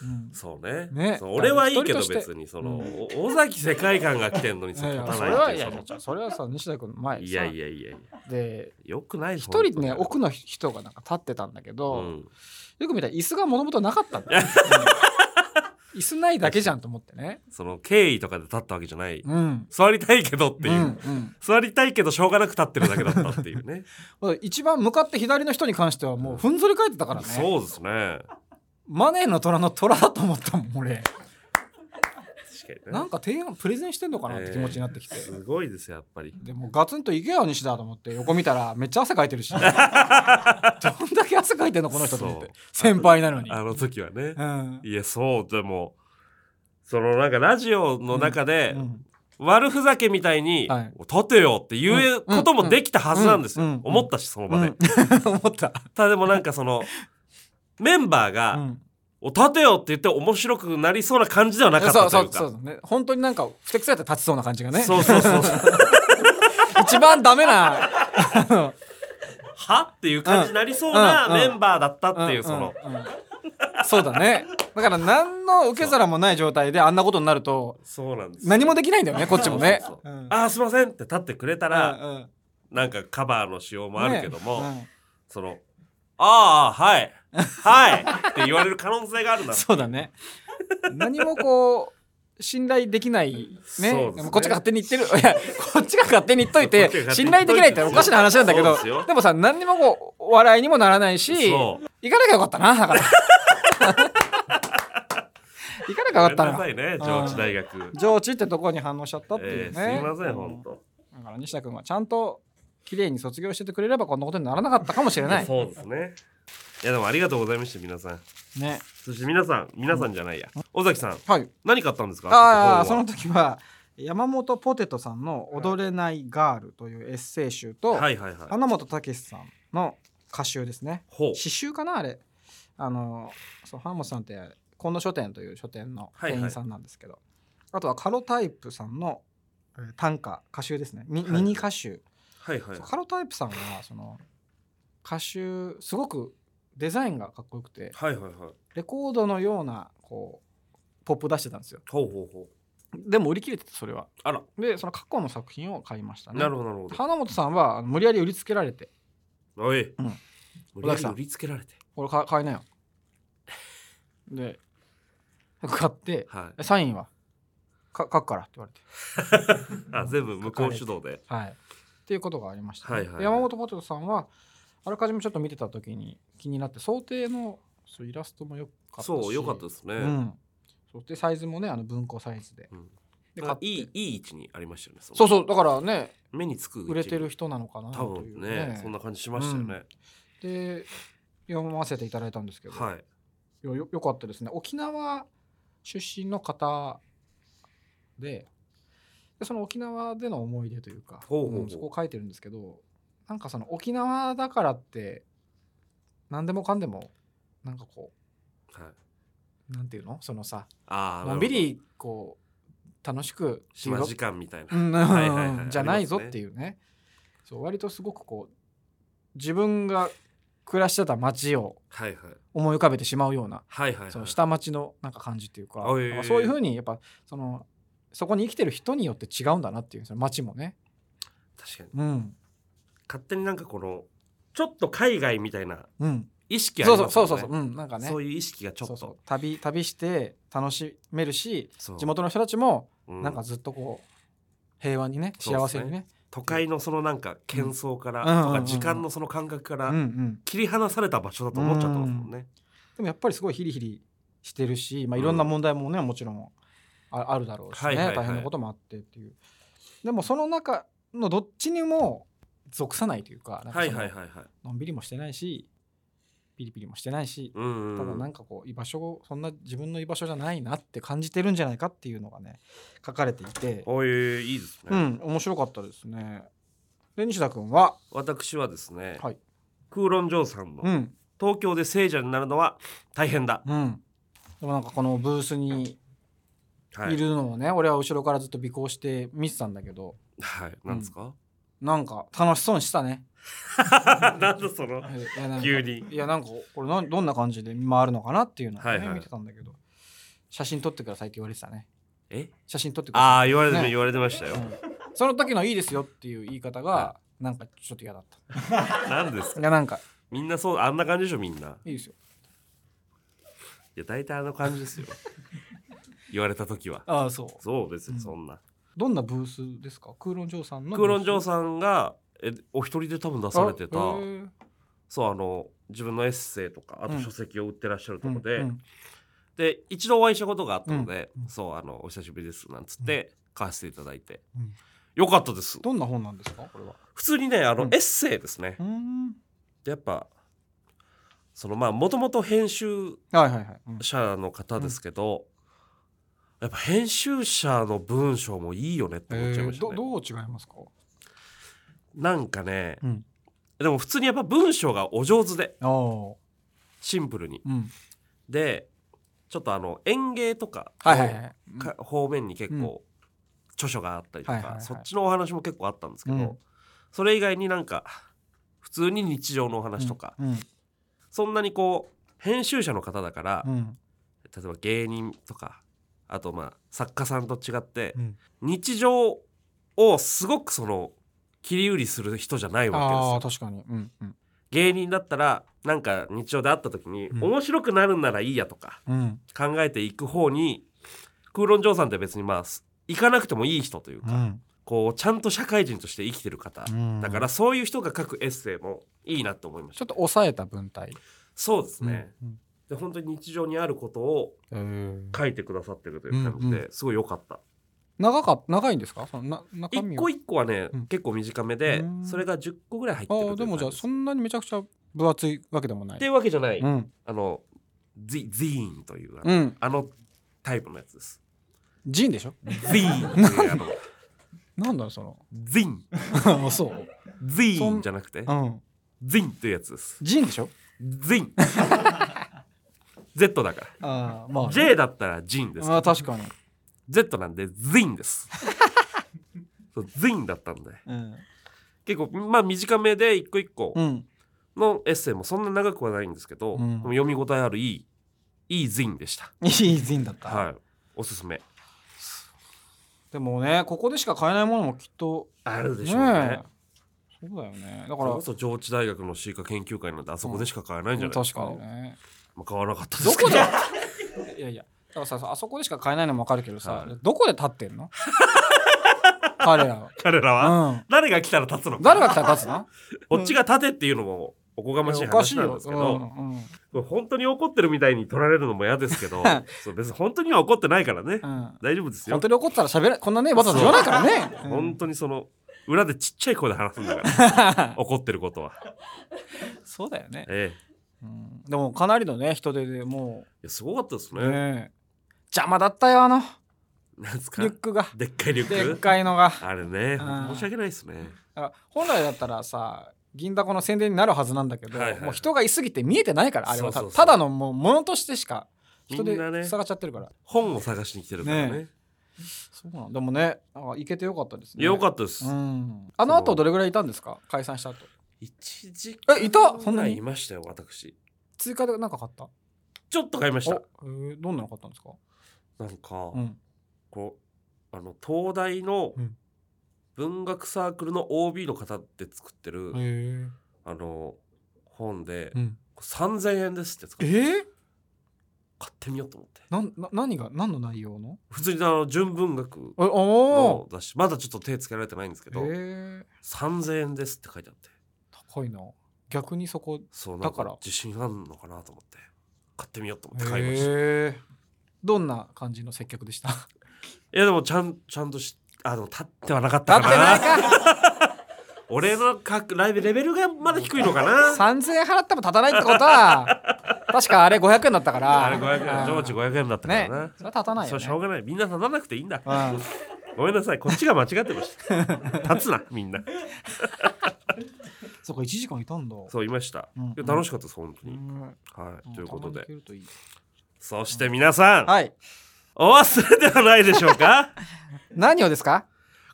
Speaker 3: うん
Speaker 2: そうね
Speaker 3: ね
Speaker 2: そう俺はいいけど
Speaker 3: 一人として
Speaker 2: 別にその、
Speaker 3: うん
Speaker 2: お尾崎世界観が来てんのに
Speaker 3: い
Speaker 2: さ
Speaker 3: やいや
Speaker 2: 立た
Speaker 3: そ
Speaker 2: な
Speaker 3: れはいい
Speaker 2: って
Speaker 3: や
Speaker 2: い
Speaker 3: いうやそれはさ西田君の前
Speaker 2: その
Speaker 3: に
Speaker 2: い
Speaker 3: さ
Speaker 2: やいやいやいや
Speaker 3: で
Speaker 2: よくない
Speaker 3: 一人ね奥
Speaker 2: の、
Speaker 3: の人がなんか立ってたんだけ
Speaker 2: う
Speaker 3: ど、
Speaker 2: ん、
Speaker 3: よく見たら椅子がもともとなかったんだようん椅子ないだけじゃんと思ってね
Speaker 2: その敬意とかで立ったわけじゃない、
Speaker 3: うん
Speaker 2: 座りたいけどっていう、
Speaker 3: うんうん
Speaker 2: 座りたいけどしょうがなく立ってるだけだったってい うね
Speaker 3: まあ一番向かって左の人に関してはもうふんぞり返ってたからね、
Speaker 2: そうですね
Speaker 3: マネーの虎の虎だと思ったもん俺
Speaker 2: 確かに
Speaker 3: な
Speaker 2: ね
Speaker 3: んか提案プレゼンしてんのかなって気持ちになってきて、
Speaker 2: すごいですよやっぱり
Speaker 3: でもガツンと行けよ西田と思って横見たらめっちゃ汗かいてる しどんだけ汗かいてんのこの人と思っ
Speaker 2: そ
Speaker 3: て
Speaker 2: う
Speaker 3: 先輩なのに、
Speaker 2: あの時はね
Speaker 3: うん、
Speaker 2: いやそうでもそのなんかラジオの中で、
Speaker 3: うん
Speaker 2: 悪ふざけみたいに
Speaker 3: はい
Speaker 2: 「立てよ」って言うこともできたはずなんです
Speaker 3: うんうん
Speaker 2: よ
Speaker 3: うん
Speaker 2: 思ったしその場で、
Speaker 3: うん 思った、
Speaker 2: ただでもなんかそ のメンバーが「
Speaker 3: うん、
Speaker 2: お立てよ」って言って面白くなりそうな感じではなかっ
Speaker 3: そう
Speaker 2: た
Speaker 3: そ
Speaker 2: という
Speaker 3: う
Speaker 2: か
Speaker 3: そうだね本当になんか不適されて立ちそうな感じがね
Speaker 2: そうそうそう
Speaker 3: 一番ダメな
Speaker 2: はっていう感じになりそうな
Speaker 3: うんうん
Speaker 2: メンバーだったっていうその
Speaker 3: んうんうんそうだねだから何の受け皿もない状態であんなことになると
Speaker 2: そうなんですよ
Speaker 3: 何もできないんだよねこっちもね
Speaker 2: そうそうそう
Speaker 3: うん
Speaker 2: あーすいませんって立ってくれたら
Speaker 3: うんうん
Speaker 2: なんかカバーのしようもあるけども、
Speaker 3: ね
Speaker 2: その「ああはいはい」って言われる可能性がある
Speaker 3: う
Speaker 2: なん
Speaker 3: そうだね何もこう信頼できないね
Speaker 2: そうですね
Speaker 3: こっちが勝手に言ってるいやこっちが勝手に言っといて
Speaker 2: こっちが勝手に
Speaker 3: 信
Speaker 2: 言っ
Speaker 3: 頼
Speaker 2: と
Speaker 3: でき
Speaker 2: いて
Speaker 3: ないっておかしな話なんだけ
Speaker 2: そう
Speaker 3: ど
Speaker 2: ですよ
Speaker 3: でもさ何にもこう笑いにもならないし行
Speaker 2: そう
Speaker 3: かなきゃよかったなだから行かなきゃよかっ
Speaker 2: ご
Speaker 3: た
Speaker 2: めんな
Speaker 3: な
Speaker 2: さいね上智大学
Speaker 3: 上智ってところに反応しちゃったってい
Speaker 2: え
Speaker 3: うね、
Speaker 2: ーすいません本当
Speaker 3: だから西田君はちゃんと綺麗に卒業しててくれればこんなことにならなかったかもしれない
Speaker 2: そうですねいやでもありがとうございました皆さん
Speaker 3: ね
Speaker 2: そして皆さん皆さんじゃないや尾崎さん
Speaker 3: はい
Speaker 2: 何買ったんですか
Speaker 3: ああ
Speaker 2: 本
Speaker 3: そ
Speaker 2: は
Speaker 3: の時は山本ポテトさんの「踊れないガール」というエッセイ集と、
Speaker 2: はいはいはい
Speaker 3: 花本武さんの歌集ですね
Speaker 2: ほう
Speaker 3: 詩集かなあれあのそう花本さんって今野書店という書店の
Speaker 2: はいはい
Speaker 3: 店員さんなんですけど、あとはカロタイプさんのえー短歌歌集ですねミ,、
Speaker 2: はい
Speaker 3: ミニ歌集
Speaker 2: はいはい
Speaker 3: そうカロタイプさんはその歌集すごくデザインがかっこよくて
Speaker 2: はいはいはいほ
Speaker 3: レコードのようなこうポップ出してたんですよ
Speaker 2: うほうほう
Speaker 3: でも売り切れててそれは
Speaker 2: あら
Speaker 3: でその過去の作品を買いましたね
Speaker 2: なるほどなるほ
Speaker 3: 花本さんはあの無理やり売りつけられて
Speaker 2: どおい
Speaker 3: うん
Speaker 2: 無
Speaker 3: 尾
Speaker 2: 理や
Speaker 3: 崎
Speaker 2: り
Speaker 3: さん
Speaker 2: 売りつけられて
Speaker 3: 「これ買買いなよ」 で買って
Speaker 2: は
Speaker 3: 「えサインはか書くから」って言われて
Speaker 2: いあ全部向こう主導で
Speaker 3: はいっていうことがありましたね、
Speaker 2: はいはいはい
Speaker 3: で山本ポテトさんはあらかじめちょっと見てた時に気になって想定のそうイラストもよかったし
Speaker 2: そうよかったですね
Speaker 3: うん、そうでサイズもねあの文庫サイズで,、
Speaker 2: うん
Speaker 3: で
Speaker 2: あい
Speaker 3: い
Speaker 2: いいい位置にありましたよねその
Speaker 3: そうそうだからね
Speaker 2: 目につく位置
Speaker 3: 売れてる人なのかな
Speaker 2: 多
Speaker 3: とい
Speaker 2: 分
Speaker 3: う
Speaker 2: ねそんな感じしましたよね
Speaker 3: で読ませていただいたんですけど、
Speaker 2: はい
Speaker 3: よよよかったですね沖縄出身の方ででその沖縄での思い出というか
Speaker 2: ほうほうほうん
Speaker 3: そこを書いてるんですけどなんかその沖縄だからって何でもかんでもなんかこ
Speaker 2: はいう
Speaker 3: なんていうのそのさ
Speaker 2: ああ
Speaker 3: のんびりこう楽しくっていう
Speaker 2: 島時間みたいな、
Speaker 3: うん
Speaker 2: はいはいはい
Speaker 3: じゃないぞっていうねそう割とすごくこう自分が暮らしてた街を
Speaker 2: はいはい
Speaker 3: 思い浮かべてしまうような
Speaker 2: はいはいはい
Speaker 3: その下町のなんか感じっていうか、
Speaker 2: あいえいえ
Speaker 3: なんかそういうふうにやっぱそのそこに生きてる人によって違うんだなっていうその町もね、
Speaker 2: 確かに
Speaker 3: うん
Speaker 2: 勝手になんかこのちょっと海外みたいな
Speaker 3: うん、
Speaker 2: 意識あり
Speaker 3: そ
Speaker 2: ま
Speaker 3: う
Speaker 2: す
Speaker 3: そ
Speaker 2: も
Speaker 3: うそう
Speaker 2: んね
Speaker 3: そうそう、うん、なんかね
Speaker 2: そういう意識がちょっ
Speaker 3: そう
Speaker 2: と
Speaker 3: そう旅旅して楽しめるし
Speaker 2: そう
Speaker 3: 地元の人たちも
Speaker 2: うん
Speaker 3: なんかずっとこう平和にね
Speaker 2: そう
Speaker 3: 幸
Speaker 2: ですね
Speaker 3: せにね
Speaker 2: 都会のそのなんか喧騒から
Speaker 3: うん
Speaker 2: と
Speaker 3: うんうんう
Speaker 2: か
Speaker 3: ん
Speaker 2: 時間のその感覚か
Speaker 3: うん
Speaker 2: ら
Speaker 3: うん、
Speaker 2: 切り離された場所だと思っちゃったんですもんね
Speaker 3: でもやっぱりすごいヒリヒリしてるし、まあ、いろんな問題もね、もちろんああるだろうしね、
Speaker 2: はいはいはい
Speaker 3: 大変なこともあってっていうでもその中のどっちにも属さないというかなんか
Speaker 2: は
Speaker 3: そ
Speaker 2: い
Speaker 3: の
Speaker 2: はいはいはい
Speaker 3: のんびりもしてないしピリピリもしてないし、
Speaker 2: うんうん
Speaker 3: ただ
Speaker 2: うん
Speaker 3: なんかこう居場所をそんな自分の居場所じゃないなって感じてるんじゃないかっていうのがね書かれていて、
Speaker 2: おいいいですね、
Speaker 3: うん面白かったですね。で西田君は、
Speaker 2: 私はですね、
Speaker 3: はい、
Speaker 2: 空論城さんの
Speaker 3: うん
Speaker 2: 東京で聖者になるのは大変だ、
Speaker 3: うんでもなんかこのブースに
Speaker 2: はいい、
Speaker 3: るのをね、俺は後ろからずっと尾行して見てたんだけど
Speaker 2: はい、なんですか、
Speaker 3: なんか楽しそうにしてたね。
Speaker 2: なんだその
Speaker 3: いやなんか
Speaker 2: 急に
Speaker 3: いやなんかこれなんどんな感じで回るのかなっていうのを、ね
Speaker 2: はいはい
Speaker 3: 見てたんだけど写真撮ってくださいって言われてたね
Speaker 2: え
Speaker 3: 写真撮ってください
Speaker 2: ああ言われて、
Speaker 3: ね
Speaker 2: 言われてましたよ、
Speaker 3: うんその時のいいですよっていう言い方がなんかちょっと嫌だっ
Speaker 2: なんです
Speaker 3: た。
Speaker 2: か
Speaker 3: いやなんか
Speaker 2: みんなそうあんな感じでしょみんない
Speaker 3: いですよ。
Speaker 2: いや大体あの感じ ですよ言われた時は
Speaker 3: ああそう。
Speaker 2: そう別
Speaker 3: う
Speaker 2: に
Speaker 3: ん
Speaker 2: そんな、
Speaker 3: どんなブースですか？空論城さんのブース。
Speaker 2: 空論城
Speaker 3: ん
Speaker 2: さんがえお一人で多分出されてたそうあの自分のエッセイとかあ
Speaker 3: う
Speaker 2: と
Speaker 3: ん
Speaker 2: 書籍を売ってらっしゃるとこで、で一度お会いしたことがあったので、そうあのお久しぶりですなんつって買わせていただいて、
Speaker 3: うん
Speaker 2: よかったです
Speaker 3: どんな本なんですか？これは。
Speaker 2: 普通にねあの、
Speaker 3: うん
Speaker 2: エッセイですね
Speaker 3: うーん。
Speaker 2: やっぱそのまあもともと編集
Speaker 3: はいはいはい。うん
Speaker 2: 者の方ですけど、やっぱ編集者の文章もいいよねって思っちゃいま
Speaker 3: えー
Speaker 2: した
Speaker 3: ど、
Speaker 2: ね
Speaker 3: どう違いますか？
Speaker 2: なんかね、
Speaker 3: うん
Speaker 2: でも普通にやっぱ文章がお上手で
Speaker 3: ああ。う
Speaker 2: シンプルに
Speaker 3: ん。
Speaker 2: でちょっとあの園芸とか,、
Speaker 3: はいはいはい。うん
Speaker 2: か方面に結構著書があったりとか、
Speaker 3: はいはいはい
Speaker 2: そっちのお話も結構あったんですけど、
Speaker 3: うん
Speaker 2: それ以外になんか普通に日常のお話とか、
Speaker 3: うん
Speaker 2: そんなにこう編集者の方だから、
Speaker 3: うん
Speaker 2: 例えば芸人とかあとまあ作家さんと違って、
Speaker 3: うん。
Speaker 2: 日常をすごくその切り売りする人じゃないわけです
Speaker 3: ああ
Speaker 2: よ
Speaker 3: 確かに。うんうん
Speaker 2: 芸人だったらなんか日常で会った時に、
Speaker 3: うん
Speaker 2: 面白くなるんならいいやとか
Speaker 3: うん
Speaker 2: 考えていく方に空論城さんって別にまあす行かなくてもいい人という
Speaker 3: う
Speaker 2: か、
Speaker 3: ん
Speaker 2: こうちゃんと社会人として生きてる方、
Speaker 3: うん。
Speaker 2: だからそういう人が書くエッセイもいいなと思いまし
Speaker 3: ちょ
Speaker 2: た
Speaker 3: っと抑えた文体。
Speaker 2: そうですね、
Speaker 3: うん。
Speaker 2: で本当に日常にあることを
Speaker 3: うんえー
Speaker 2: 書いてくださってるという感じで、
Speaker 3: うん
Speaker 2: すごい良かった
Speaker 3: 長か長いんですか？そのな中
Speaker 2: 一
Speaker 3: 身は。
Speaker 2: 個一個はね、
Speaker 3: うん
Speaker 2: 結構短めで、
Speaker 3: うん
Speaker 2: それが10個ぐらい入ってる
Speaker 3: ああ
Speaker 2: と
Speaker 3: で
Speaker 2: いう
Speaker 3: もじゃ
Speaker 2: 感
Speaker 3: あ
Speaker 2: です
Speaker 3: そんなにめちゃくちゃ分厚いわけでもな
Speaker 2: っ
Speaker 3: い
Speaker 2: てい。うわけじゃない、
Speaker 3: うん。
Speaker 2: あのゼゼーンというあの,、
Speaker 3: うん。
Speaker 2: あのタイプのやつです
Speaker 3: ジンでしょ。
Speaker 2: ゼ ーンというあの
Speaker 3: なんだろうそ の。
Speaker 2: ゼン
Speaker 3: あそう。
Speaker 2: ゼ
Speaker 3: そ
Speaker 2: ーン
Speaker 3: ん
Speaker 2: じゃなくて
Speaker 3: うん。
Speaker 2: ゼンというやつです
Speaker 3: ジンでしょ。
Speaker 2: ゼン Z だか
Speaker 3: ああま
Speaker 2: ら
Speaker 3: あ。
Speaker 2: J だったらジンですけど
Speaker 3: ああ確かに。
Speaker 2: Z なんでゼンです そうゼンだったんで
Speaker 3: うん。
Speaker 2: 結構まあ短めで一個一個
Speaker 3: うん。
Speaker 2: のエッセイもそんな長くはないんですけ
Speaker 3: う
Speaker 2: ど、
Speaker 3: ん
Speaker 2: でも読み応えあるいいいいゼンでした
Speaker 3: いいジンだった。
Speaker 2: はいおすすめ
Speaker 3: でもねここでしか買えないものもきっと
Speaker 2: あるでしょうね
Speaker 3: ねえ。そうだよね。だか
Speaker 2: それ
Speaker 3: ら
Speaker 2: こ。そ上智大学の飼育研究会なんてあそこでしか買えないんじゃないです
Speaker 3: 確
Speaker 2: か、
Speaker 3: かにね。
Speaker 2: まあ、買わなかったです
Speaker 3: ど
Speaker 2: けど
Speaker 3: こでい やいやだからさあそこでしか買えないのもわかるけどさ、
Speaker 2: はい
Speaker 3: どこで立ってん の彼ら
Speaker 2: 彼らは、
Speaker 3: は、
Speaker 2: 誰が来たら立つの
Speaker 3: うん、
Speaker 2: か
Speaker 3: 誰が来たら立つの
Speaker 2: こっちが立てっていうのもおこがましい
Speaker 3: おかしい
Speaker 2: 話なん
Speaker 3: よ
Speaker 2: ですけど、
Speaker 3: うんうん
Speaker 2: これ本当に怒ってるみたいに取られるのも嫌です けどそう別に本当には怒ってないからね、
Speaker 3: うん
Speaker 2: 大丈夫ですよ
Speaker 3: 本当に怒ったら喋らこんなねわざわざ言わないからね、うん
Speaker 2: 本当にその裏でちっちゃい声で話すんだ から怒ってることは、
Speaker 3: そうだよね、
Speaker 2: ええ、
Speaker 3: うんでもかなりのね人手でも
Speaker 2: いやすごかったです
Speaker 3: う、
Speaker 2: ね、
Speaker 3: ね邪魔だったよあの
Speaker 2: なんですか
Speaker 3: リュックが
Speaker 2: でっかいリュ
Speaker 3: でっ
Speaker 2: ック
Speaker 3: かいのが
Speaker 2: あれね
Speaker 3: うん
Speaker 2: 申し訳ないですね
Speaker 3: だから本来だったらさ銀だこの宣伝になるはずなんだけど、
Speaker 2: はいはい
Speaker 3: もう人がいすぎて見えてないからあれはた
Speaker 2: そうそうそう
Speaker 3: ただのもうものとしてしか人
Speaker 2: みんなね
Speaker 3: で塞がっちゃってるから。
Speaker 2: 本を探しに来てるからね
Speaker 1: ね
Speaker 3: そうなんでもね、なんか行けてよかったですね。
Speaker 2: よかったです、
Speaker 3: うん。あの後どれぐらいいたんですか解散した後。
Speaker 2: 一時
Speaker 3: えいたそんなに
Speaker 2: いましたよ私
Speaker 3: 追加で何か買った
Speaker 2: ちょっと買いました
Speaker 3: お、えーどんなの買ったんですか
Speaker 2: なんか、
Speaker 3: うん。
Speaker 2: こうあの東大の
Speaker 3: うん
Speaker 2: 文学サークルの OB の方で作ってる、
Speaker 3: へえ。
Speaker 2: あの本で、
Speaker 3: うん。
Speaker 2: 3000円ですって作
Speaker 3: え
Speaker 2: って
Speaker 3: ー
Speaker 2: 買ってみようと思って
Speaker 3: なんな何が何の内容の
Speaker 2: 普通にあの純文学
Speaker 3: えお
Speaker 2: の雑誌まだちょっと手つけられてないんですけ
Speaker 3: ー
Speaker 2: ど、
Speaker 3: えー、
Speaker 2: 3000円ですって書いてあって
Speaker 3: 高いな逆にそこ
Speaker 2: そうなん
Speaker 3: だか
Speaker 2: から自信あるのかなと思って買ってみようと思って買いました、
Speaker 3: えーどんな感じの接客でした
Speaker 2: いやでもちゃんちゃんとしあでも立ってはなかったかな
Speaker 3: か
Speaker 2: 俺のかライブレベルがまだ低いのかな
Speaker 3: 3000円払っても立たないってことは確かあれ500円だったから
Speaker 2: あれ500円上智500円だったから
Speaker 3: ね
Speaker 2: な、
Speaker 3: それは立たない
Speaker 2: そ
Speaker 3: よ、
Speaker 2: うしょ
Speaker 3: ね、
Speaker 2: うがないみんな立たなくていいんだ
Speaker 3: うん
Speaker 2: ごめんなさいこっちが間違ってました 立つなみんな
Speaker 3: そっか1時間いたんだ
Speaker 2: そう言いました、
Speaker 3: うん
Speaker 2: いや楽しかったです本当
Speaker 3: う
Speaker 2: に、
Speaker 3: ん
Speaker 2: はいということ
Speaker 3: んたまに行
Speaker 2: で
Speaker 3: けるといい
Speaker 2: そして皆さん、
Speaker 3: はい
Speaker 2: お忘れではないでしょうか
Speaker 3: 何をですか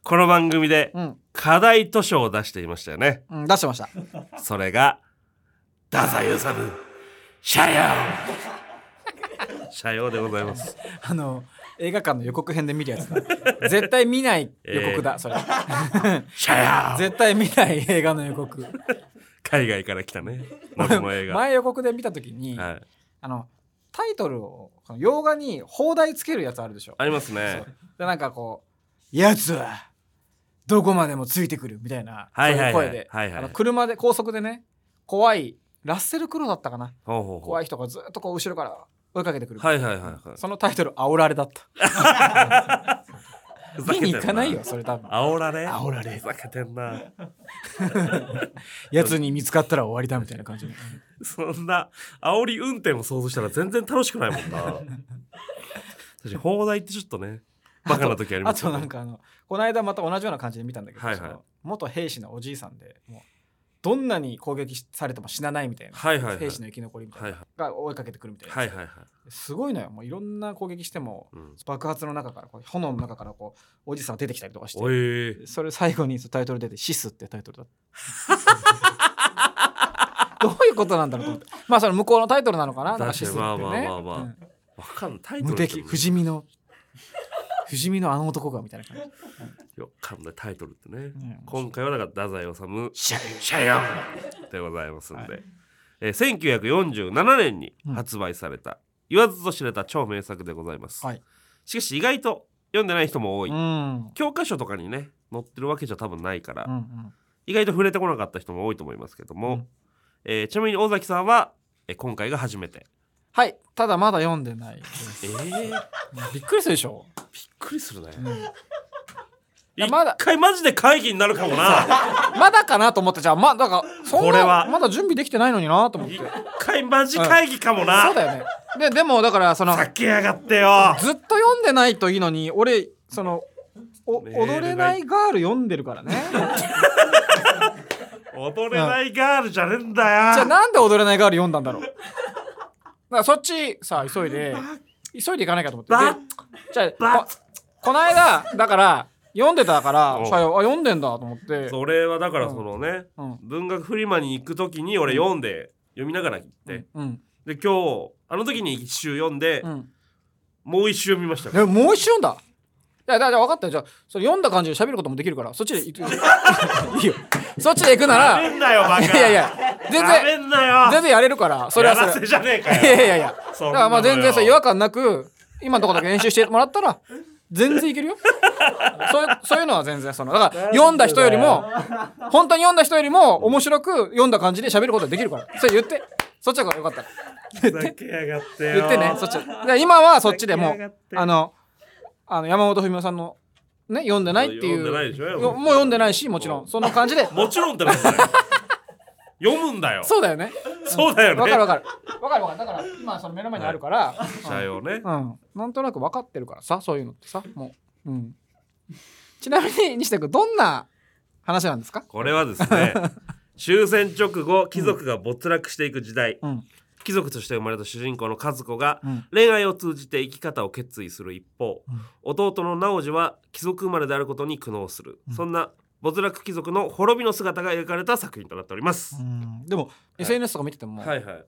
Speaker 2: この番組で
Speaker 3: うん、
Speaker 2: 課題図書を出していましたよね
Speaker 3: うん、出してました
Speaker 2: それが太宰治社用社用でございます
Speaker 3: あの映画館の予告編で見るやつだ絶対見ない予告だ、それ
Speaker 2: 社用
Speaker 3: 絶対見ない映画の予告
Speaker 2: 海外から来 たねこの映画、
Speaker 3: 前予告で見た時に、
Speaker 2: はい、
Speaker 3: あのタイトルをこの洋画に放題つけるやつあるでしょ
Speaker 2: ありますね
Speaker 3: でなんかこう「やつはどこまでもついてくる」みたいなそう
Speaker 2: はい
Speaker 3: い
Speaker 2: は
Speaker 3: う
Speaker 2: いはい
Speaker 3: 声で
Speaker 2: はいはい
Speaker 3: あの車で高速でね怖いラッセル・クロウだったかな
Speaker 2: ほうほうほう
Speaker 3: 怖い人がずっとこう後ろから追いかけてくる、
Speaker 2: はいはいはいはい
Speaker 3: そのタイトル「煽られ」だった
Speaker 2: ふざけ
Speaker 3: 見に
Speaker 2: てんな
Speaker 3: 行かないよそれ多分
Speaker 2: 煽られ
Speaker 3: 煽られ
Speaker 2: ふざけてんな
Speaker 3: やつに見つかったら終わりだみたいな感じ
Speaker 2: そんな煽り運転を想像したら全然楽しくないも んな確かに放題ってちょっとねバカな時あり
Speaker 3: あ
Speaker 2: ます
Speaker 3: となんかあのこの間また同じような感じで見たんだけど、
Speaker 2: はいはい
Speaker 3: その元兵士のおじいさんでもうどんなに攻撃しされても死なないみたいな、
Speaker 2: はいはいはい
Speaker 3: 兵士の生き残りみたいな、
Speaker 2: はいはい
Speaker 3: が追いかけてくるみたいな、
Speaker 2: はいはいはい、
Speaker 3: すごいのよもういろんな攻撃しても
Speaker 2: うん、
Speaker 3: 爆発の中からこう炎の中からこうおじいさんが出てきたりとかして
Speaker 2: おい
Speaker 3: それ最後にそのタイトル出て「シス」ってタイトルだった どういうことなんだろうと思ってまあその向こうのタイトルなのかななんかシスっていうね
Speaker 2: 確かにまあまあまあまあ
Speaker 3: うん
Speaker 2: わかんないタイトル
Speaker 3: 無敵不死身の不死身のあの男がみたいな感じ
Speaker 2: よくかんないタイトルってね、
Speaker 3: ん
Speaker 2: 今回はだから太宰治シャシャヨンでございますんで、えー1947年に発売された、言わずと知れた超名作でございます、
Speaker 3: はい
Speaker 2: しかし意外と読んでない人も多い、
Speaker 3: うん
Speaker 2: 教科書とかにね載ってるわけじゃ多分ないから、
Speaker 3: うんうん
Speaker 2: 意外と触れてこなかった人も多いと思いますけども、
Speaker 3: うん
Speaker 2: えーちなみに尾崎さんは、えー今回が初めて
Speaker 3: はいただまだ読んでないです
Speaker 2: えー、びっ
Speaker 3: びっくりするでしょ、
Speaker 2: くりするね
Speaker 3: うん
Speaker 2: 一
Speaker 3: まだ
Speaker 2: 回マジで会議になるかもな
Speaker 3: まだかなと思ってじゃあまだからそんな
Speaker 2: これは
Speaker 3: まだ準備できてないのになと思って
Speaker 2: 一
Speaker 3: そう
Speaker 2: 回マジ会議かもな、
Speaker 3: だよねででもだからその
Speaker 2: 避けやがってよ
Speaker 3: ずっと読んでないといいのに俺そのお
Speaker 2: メールが
Speaker 3: 踊れないガール読んでるからね
Speaker 2: 踊れないガールじゃねえんだよ
Speaker 3: じゃあなんで踊れないガール読んだんだろうだからそっちさ急いで急いでいかないかと思って
Speaker 2: ば
Speaker 3: でじゃあ
Speaker 2: ば
Speaker 3: ここの間だから読んでたから
Speaker 2: おう
Speaker 3: さああ読んでんだと思って
Speaker 2: それはだからそのね、
Speaker 3: うん
Speaker 2: 文学フリマに行く時に俺読んで、読みながら行って、
Speaker 3: うん
Speaker 2: で今日あの時に一周読んで、
Speaker 3: うん
Speaker 2: もう一周読みました
Speaker 3: えもう一瞬だいやだから分かったよじゃあそれ読んだ感じで喋ることもできるからそっち で行くいいよそっちで行くな
Speaker 2: や
Speaker 3: らい
Speaker 2: めんなよバカ
Speaker 3: やいや全
Speaker 2: や
Speaker 3: 然
Speaker 2: めんなよ
Speaker 3: 全然やれるからそれは
Speaker 2: や
Speaker 3: それ
Speaker 2: らせじゃねえか
Speaker 3: いやい
Speaker 2: よ
Speaker 3: やいやいや
Speaker 2: そ
Speaker 3: だか
Speaker 2: んなのよ
Speaker 3: らまあ全然さ違和感なく今のところだけ練習してもらったら全然いけるよそういうそういうのは全然そのだから読んだ人よりも本当に読んだ人よりも面白く読んだ感じで喋ることができるからそれ言ってそっちの方がよかったら
Speaker 2: ふざけやがってよ
Speaker 3: 言ってねそっちで今はそっちでも
Speaker 2: 出来上がっ
Speaker 3: う
Speaker 2: て
Speaker 3: あのあの山本文夫さんのね読んでないっていう
Speaker 2: 読んでないでしょ
Speaker 3: よもう読んでないしもちろんそんな感じ で
Speaker 2: もちろんってなんだよ読むんだよ
Speaker 3: そうだよね
Speaker 2: そうだよね
Speaker 3: わかるわかるわかるわかるだから今その目の前にあるから、
Speaker 2: 社用ね、
Speaker 3: うん、なんとなく分かってるからさそういうのってさもう、うん、ちなみに西田君どんな話なんですか
Speaker 2: これはですね終戦直後貴族が没落していく時代、
Speaker 3: うん
Speaker 2: 貴族として生まれた主人公の和子が恋愛を通じて生き方を決意する一方、弟の直次は貴族生まれであることに苦悩する、そんな没落貴族の滅びの姿が描かれた作品となっております、
Speaker 3: うんでも、SNS とか見てても、
Speaker 2: はいはい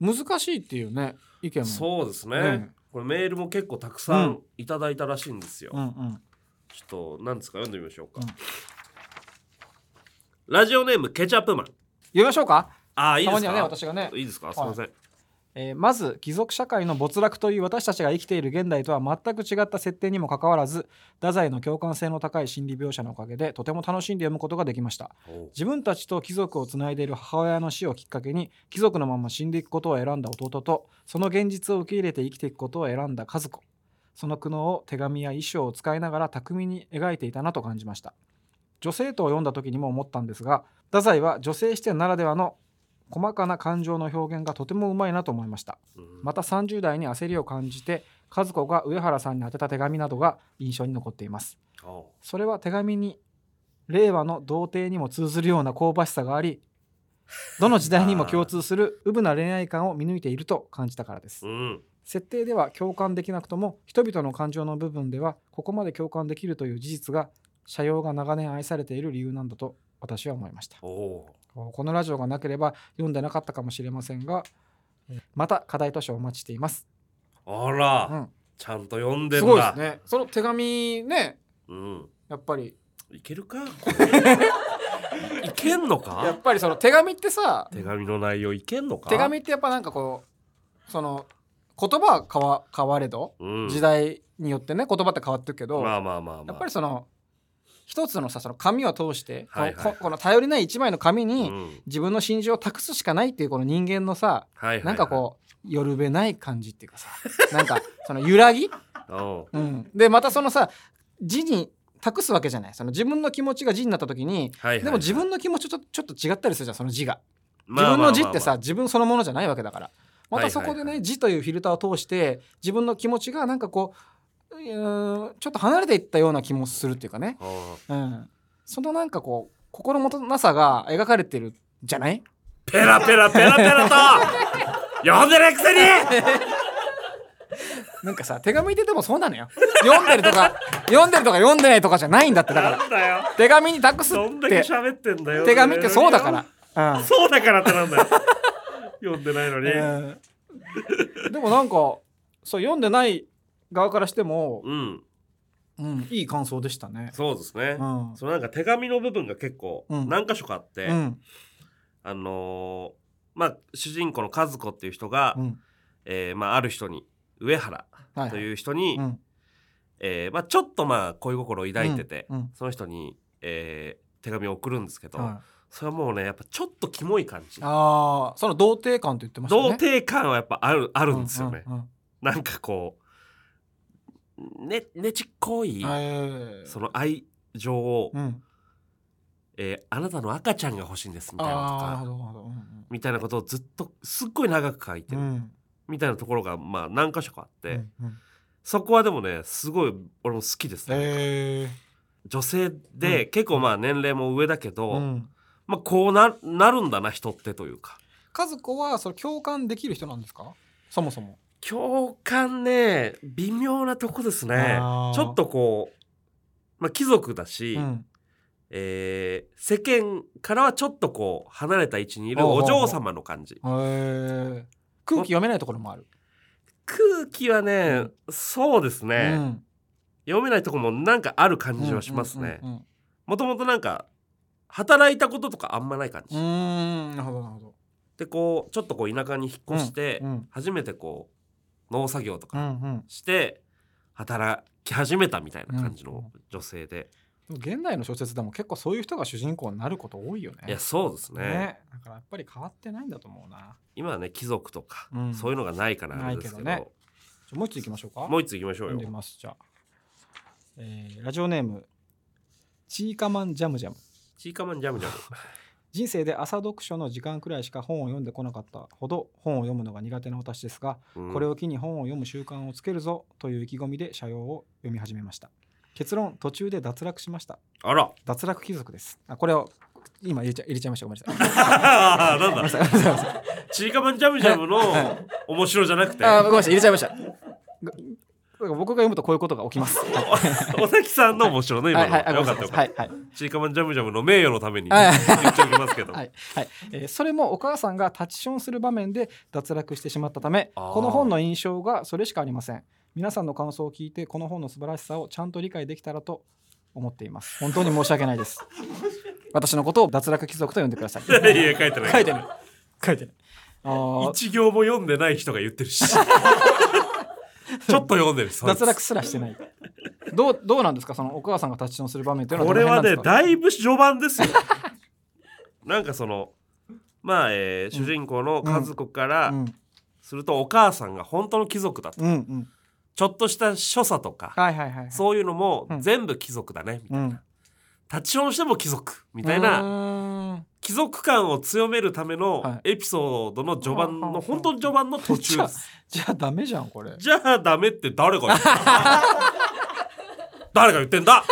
Speaker 3: 難しいっていうね意見も
Speaker 2: そうですね、
Speaker 3: うん
Speaker 2: これメールも結構たくさんいただいたらしいんですよ、
Speaker 3: うんうん
Speaker 2: ちょっと何ですか読んでみましょうか、
Speaker 3: うん
Speaker 2: ラジオネームケチャップマン
Speaker 3: 言いましょうか
Speaker 2: ああいい
Speaker 3: た
Speaker 2: で
Speaker 3: ますに
Speaker 2: か
Speaker 3: はね私がね、
Speaker 2: いいですかすいません、
Speaker 3: えーまず貴族社会の没落という私たちが生きている現代とは全く違った設定にもかかわらず太宰の共感性の高い心理描写のおかげでとても楽しんで読むことができました
Speaker 2: おう
Speaker 3: 自分たちと貴族をつないでいる母親の死をきっかけに貴族のまま死んでいくことを選んだ弟とその現実を受け入れて生きていくことを選んだ和子その苦悩を手紙や衣装を使いながら巧みに描いていたなと感じました女性とを読んだ時にも思ったんですが太宰は女性視点ならではの細かな感情の表現がとてもうまいなと思いました
Speaker 2: うん
Speaker 3: また30代に焦りを感じて和子が上原さんに宛てた手紙などが印象に残っています
Speaker 2: おう
Speaker 3: それは手紙に令和の童貞にも通ずるような香ばしさがありどの時代にも共通するうぶな恋愛感を見抜いていると感じたからです
Speaker 2: うん
Speaker 3: 設定では共感できなくとも人々の感情の部分ではここまで共感できるという事実が社用が長年愛されている理由なんだと私は思いました
Speaker 2: おお
Speaker 3: このラジオがなければ読んでなかったかもしれませんがえーまた課題図書をお待ちしています、
Speaker 2: あら、
Speaker 3: うん、
Speaker 2: ちゃんと読んでする
Speaker 3: ごいで
Speaker 2: な
Speaker 3: すねその手紙ね
Speaker 2: うん
Speaker 3: やっぱり
Speaker 2: いけるか いけんの
Speaker 3: やっ
Speaker 2: か
Speaker 3: ぱりその手紙ってさ
Speaker 2: 手紙の内容いけんのか
Speaker 3: 手紙ってやっぱなんかこうその言葉は変わ変われど、
Speaker 2: うん
Speaker 3: 時代によってね言葉って変わってるけど、
Speaker 2: まあまあまあまあ
Speaker 3: やっぱりその一つのさその紙を通して、
Speaker 2: はいはい
Speaker 3: こここの頼りない一枚の紙に、
Speaker 2: うん
Speaker 3: 自分の心情を託すしかないっていうこの人間のさ
Speaker 2: はいはいはい
Speaker 3: なんかこう寄るべない感じっていうかさ なんかその揺らぎ、
Speaker 2: おう
Speaker 3: うん、でまたそのさ字に託すわけじゃないその自分の気持ちが字になった時に
Speaker 2: はいはいはい
Speaker 3: でも自分の気持ちとちょっと違ったりするじゃんその字が。
Speaker 2: ま
Speaker 3: 自分
Speaker 2: あまあまあまあ
Speaker 3: の字ってさ自分そのものじゃないわけだからまたそこで
Speaker 2: はいはい
Speaker 3: ね字というフィルターを通して自分の気持ちがなんかこううーんちょっと離れていったような気もするっていうかね、
Speaker 2: おう
Speaker 3: うん、そのなんかこう心もとなさが描かれてるじゃない
Speaker 2: ペラペラペラペラと 読んでるくせに
Speaker 3: なんかさ手紙出てもそうなのよ読んでるとか 読んでるとか読んでないとかじゃないんだってだから
Speaker 2: なんだよ
Speaker 3: 手紙に託すっ
Speaker 2: どんだけ
Speaker 3: て
Speaker 2: 喋ってんだよ
Speaker 3: 手紙ってそうだから、うん
Speaker 2: そうだからってなんだよ読んでないのに、
Speaker 3: うんでもなんかそう読んでない側からしても、
Speaker 2: うん
Speaker 3: うん、いい感想でしたね。
Speaker 2: そうですね、
Speaker 3: うん
Speaker 2: そのなんか手紙の部分が結構
Speaker 3: うん
Speaker 2: 何箇所かあって、
Speaker 3: うん
Speaker 2: あのーまあ主人公の和子っていう人が、
Speaker 3: うん
Speaker 2: えーまあ、ある人に上原
Speaker 3: はい
Speaker 2: という人に、
Speaker 3: うん
Speaker 2: えーまあ、ちょっとまあ恋心を抱いてて、
Speaker 3: うんうん
Speaker 2: その人に、えー手紙を送るんですけど、
Speaker 3: はい
Speaker 2: それはもうねやっぱちょっとキモい感じ、
Speaker 3: ああその童貞感って言ってましたね
Speaker 2: 童貞感はやっぱあるあるんですよね、
Speaker 3: うんうんうん
Speaker 2: なんかこうねねちっこい、
Speaker 3: えー
Speaker 2: その愛情を、
Speaker 3: うん
Speaker 2: えーあなたの赤ちゃんが欲しいんですみたいなと
Speaker 3: ああなるほどな
Speaker 2: か
Speaker 3: るほどうん
Speaker 2: みたいなことをずっとすっごい長く書いて
Speaker 3: う
Speaker 2: る、
Speaker 3: ん
Speaker 2: みたいなところがまあ何箇所かあって、
Speaker 3: うんうん
Speaker 2: そこはでもねすごい俺も好きですね、
Speaker 3: え
Speaker 2: 女性で、結構まあ年齢も上だけ
Speaker 3: ー
Speaker 2: ど、
Speaker 3: うん
Speaker 2: まあこうななるんだな人ってというか
Speaker 3: 和子はそれ共感できる人なんですかそもそも
Speaker 2: 共感ね微妙なとこですね
Speaker 3: あー
Speaker 2: ちょっとこう、まあ、貴族だし、
Speaker 3: うん
Speaker 2: えー世間からはちょっとこう離れた位置にいる
Speaker 3: おうおうお
Speaker 2: お
Speaker 3: う
Speaker 2: 嬢様の感じ
Speaker 3: えー空気読めないところもある
Speaker 2: 空気はねそうですね、
Speaker 3: うん
Speaker 2: 読めないとこもなんかある感じはしますね
Speaker 3: うんうん
Speaker 2: もともとなんか働いたこととかあんまない感じ、
Speaker 3: うんうんうーんなるほどなるほど
Speaker 2: でこうちょっとこう田舎に引っ越して、
Speaker 3: うん
Speaker 2: 初めてこう農作業と
Speaker 3: う
Speaker 2: か
Speaker 3: んうん
Speaker 2: して働き始めたみたいな感じの女性で、
Speaker 3: でも現代の小説でも結構そういう人が主人公になること多いよね
Speaker 2: いやそうですね
Speaker 3: ねだからやっぱり変わってないんだと思うな
Speaker 2: 今はね貴族とか、
Speaker 3: うん
Speaker 2: そういうのがないからあれですけど
Speaker 3: ないけどじゃあもう一ついきましょうか
Speaker 2: もう一つ行きましょう
Speaker 3: 読んでみ
Speaker 2: よ
Speaker 3: ますじゃあ、えーラジオネームチーカマンジャムジャム
Speaker 2: チーカマンジャムジャム
Speaker 3: 人生で朝読書の時間くらいしか本を読んでこなかったほど本を読むのが苦手な私ですが、
Speaker 2: うん
Speaker 3: これを機に本を読む習慣をつけるぞという意気込みで社用を読み始めました結論途中で脱落しました
Speaker 2: あら
Speaker 3: 脱落貴族ですあこれを今入れちゃ入れちゃいましたごめんなさい
Speaker 2: ああなん だちいかまんジャムジャ ムの面白じゃなくて
Speaker 3: あーごめんなさい入れちゃいましたがだから僕が読むとこういうことが起きますはい
Speaker 2: 尾崎さんの面白いね
Speaker 3: は
Speaker 2: 今
Speaker 3: い
Speaker 2: の
Speaker 3: はいあご
Speaker 2: よ
Speaker 3: めん
Speaker 2: か
Speaker 3: な
Speaker 2: った
Speaker 3: さ
Speaker 2: よ
Speaker 3: い
Speaker 2: か
Speaker 3: はい
Speaker 2: っ
Speaker 3: はい
Speaker 2: たちいかまんジャムジャムの名誉のために
Speaker 3: はい
Speaker 2: 言っておきますけ ど
Speaker 3: はいはいえーそれもお母さんがタッチションする場面で脱落してしまったため
Speaker 2: あー
Speaker 3: この本の印象がそれしかありません皆さんの感想を聞いてこの本の素晴らしさをちゃんと理解できたらと思っています本当に申し訳ない です私のことを脱落貴族と呼んでください
Speaker 2: いやいや書いてない
Speaker 3: 書いてない書いてないあー
Speaker 2: 一行も読んでない人が言って るしちょっと読んでるそいつ
Speaker 3: 脱落すらしてないどうどうなんですかそのお母さんがタッチションする場面っていうの
Speaker 2: こ
Speaker 3: はど
Speaker 2: れ
Speaker 3: の
Speaker 2: は
Speaker 3: 辺なん
Speaker 2: ね
Speaker 3: ですか
Speaker 2: だいぶ序盤ですよなんかそのまあ、えー主人公の和子からするとお母さんが本当の貴族だと
Speaker 3: うんうんうん
Speaker 2: ちょっとした所作とか
Speaker 3: はいはいはい
Speaker 2: そういうのも
Speaker 3: うん
Speaker 2: 全部貴族だねみたいな
Speaker 3: うん
Speaker 2: 立ちションしても貴族み
Speaker 3: み
Speaker 2: たいな
Speaker 3: な
Speaker 2: 貴族感を強めるための
Speaker 3: は
Speaker 2: エピソードの序盤
Speaker 3: はあは
Speaker 2: の
Speaker 3: あ
Speaker 2: 本当に序盤の途中です
Speaker 3: じゃあダメじゃんこれ
Speaker 2: じゃあダメって誰が言ったの誰が言ってんだ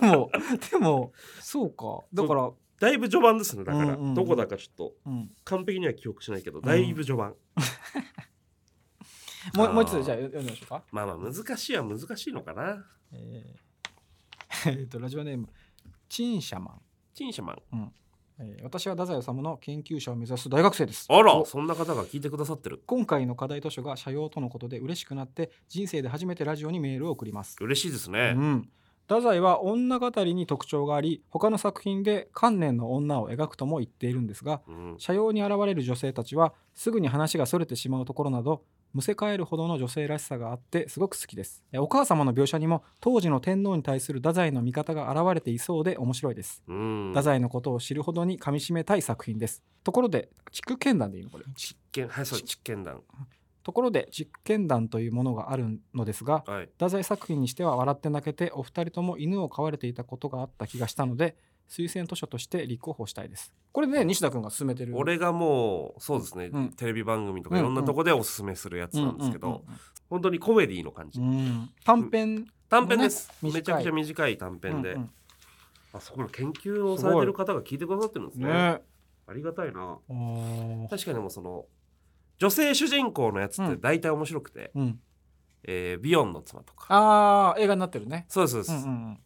Speaker 3: でもでも そうかだから
Speaker 2: だいぶ序盤ですねだから、
Speaker 3: うんうんうん
Speaker 2: どこだかちょっと
Speaker 3: うん
Speaker 2: 完璧には記憶しないけどだいぶ序盤、
Speaker 3: も
Speaker 2: あー
Speaker 3: うもう一つじゃあ読んでみましょうか
Speaker 2: まあまあ難しいは難しいのかな
Speaker 3: えー えーとラジオネームチンシャマン
Speaker 2: チンシャマン
Speaker 3: えー私は太宰治の研究者を目指す大学生です
Speaker 2: あら
Speaker 3: お
Speaker 2: そんな方が聞いてくださってる
Speaker 3: 今回の課題図書が社用とのことで嬉しくなって人生で初めてラジオにメールを送ります
Speaker 2: 嬉しいです
Speaker 3: う
Speaker 2: ね、
Speaker 3: ん、太宰は女語りに特徴があり他の作品で観念の女を描くとも言っているんですが
Speaker 2: うん
Speaker 3: 社用に現れる女性たちはすぐに話がそれてしまうところなどむせ返るほどの女性らしさがあってすごく好きですえお母様の描写にも当時の天皇に対する太宰の見方が現れていそうで面白いです
Speaker 2: うん
Speaker 3: 太宰のことを知るほどに噛み締めたい作品ですところで築見談でいいのこれ
Speaker 2: 実験はいそう実験談
Speaker 3: ところで実験談というものがあるのですが
Speaker 2: はい
Speaker 3: 太宰作品にしては笑って泣けてお二人とも犬を飼われていたことがあった気がしたので推薦図書として立候補したいですこれね西田君が勧めてる
Speaker 2: 俺がもうそうですね、
Speaker 3: うん
Speaker 2: テレビ番組とか
Speaker 3: う
Speaker 2: い
Speaker 3: んうん
Speaker 2: ろんなとこでおすすめするやつなんですけど、
Speaker 3: う
Speaker 2: 本当にコメディの感じ、
Speaker 3: んうんうんうん短編
Speaker 2: 短編です、
Speaker 3: ね
Speaker 2: めちゃくちゃ短い短編で、あそこの研究をされてる方が聞いてくださってるんです
Speaker 3: うんう
Speaker 2: ね
Speaker 3: ん
Speaker 2: ありがたいな
Speaker 3: ね
Speaker 2: 確かにでもその女性主人公のやつって大体面白くて、
Speaker 3: うん
Speaker 2: えービヨンの妻とか
Speaker 3: あー映画になってるね
Speaker 2: そうですそうです、
Speaker 3: うんうんうん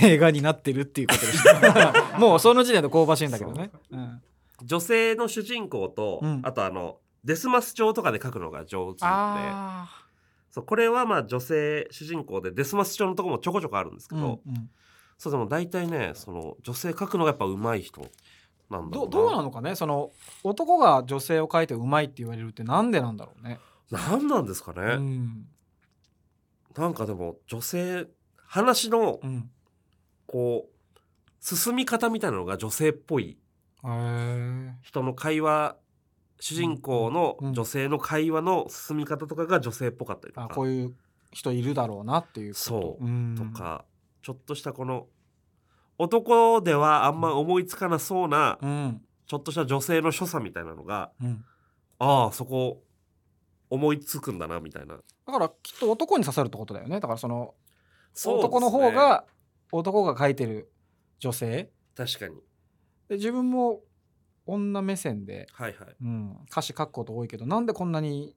Speaker 3: 映画になってるっていうことでした もうその時点で香ばしいんだけどねうん
Speaker 2: 女性の主人公と、
Speaker 3: うん
Speaker 2: あとあのデスマス帳とかで書くのが上手で
Speaker 3: ああ
Speaker 2: そうこれはまあ女性主人公でデスマス帳のとこもちょこちょこあるんですけど、そうでも大体ねその女性書くのがやっぱ上手い人なんだ
Speaker 3: ど
Speaker 2: ろうな
Speaker 3: どうなのかねその男が女性を描いてうまいって言われるってなんでなんだろうね
Speaker 2: なんなんですかね、
Speaker 3: うん
Speaker 2: なんかでも女性話の
Speaker 3: うん
Speaker 2: こう進み方みたいなのが女性っぽい
Speaker 3: へえ
Speaker 2: 人の会話主人公の
Speaker 3: うん
Speaker 2: 女性の会話の進み方とかが女性っぽかったりと
Speaker 3: あ
Speaker 2: か
Speaker 3: こういう人いるだろうなっていうこと
Speaker 2: そう
Speaker 3: うん
Speaker 2: とかちょっとしたこの男ではあんま思いつかなそうな
Speaker 3: うん
Speaker 2: ちょっとした女性の所作みたいなのが
Speaker 3: うん
Speaker 2: ああそこ思いつくんだなみたいな
Speaker 3: だからきっと男に刺さるってことだよねだからその
Speaker 2: そうですね
Speaker 3: 男の方が男が描いてる女性
Speaker 2: 確かに
Speaker 3: で自分も女目線で、
Speaker 2: はいはい
Speaker 3: うん、歌詞書くこと多いけどなんでこんなに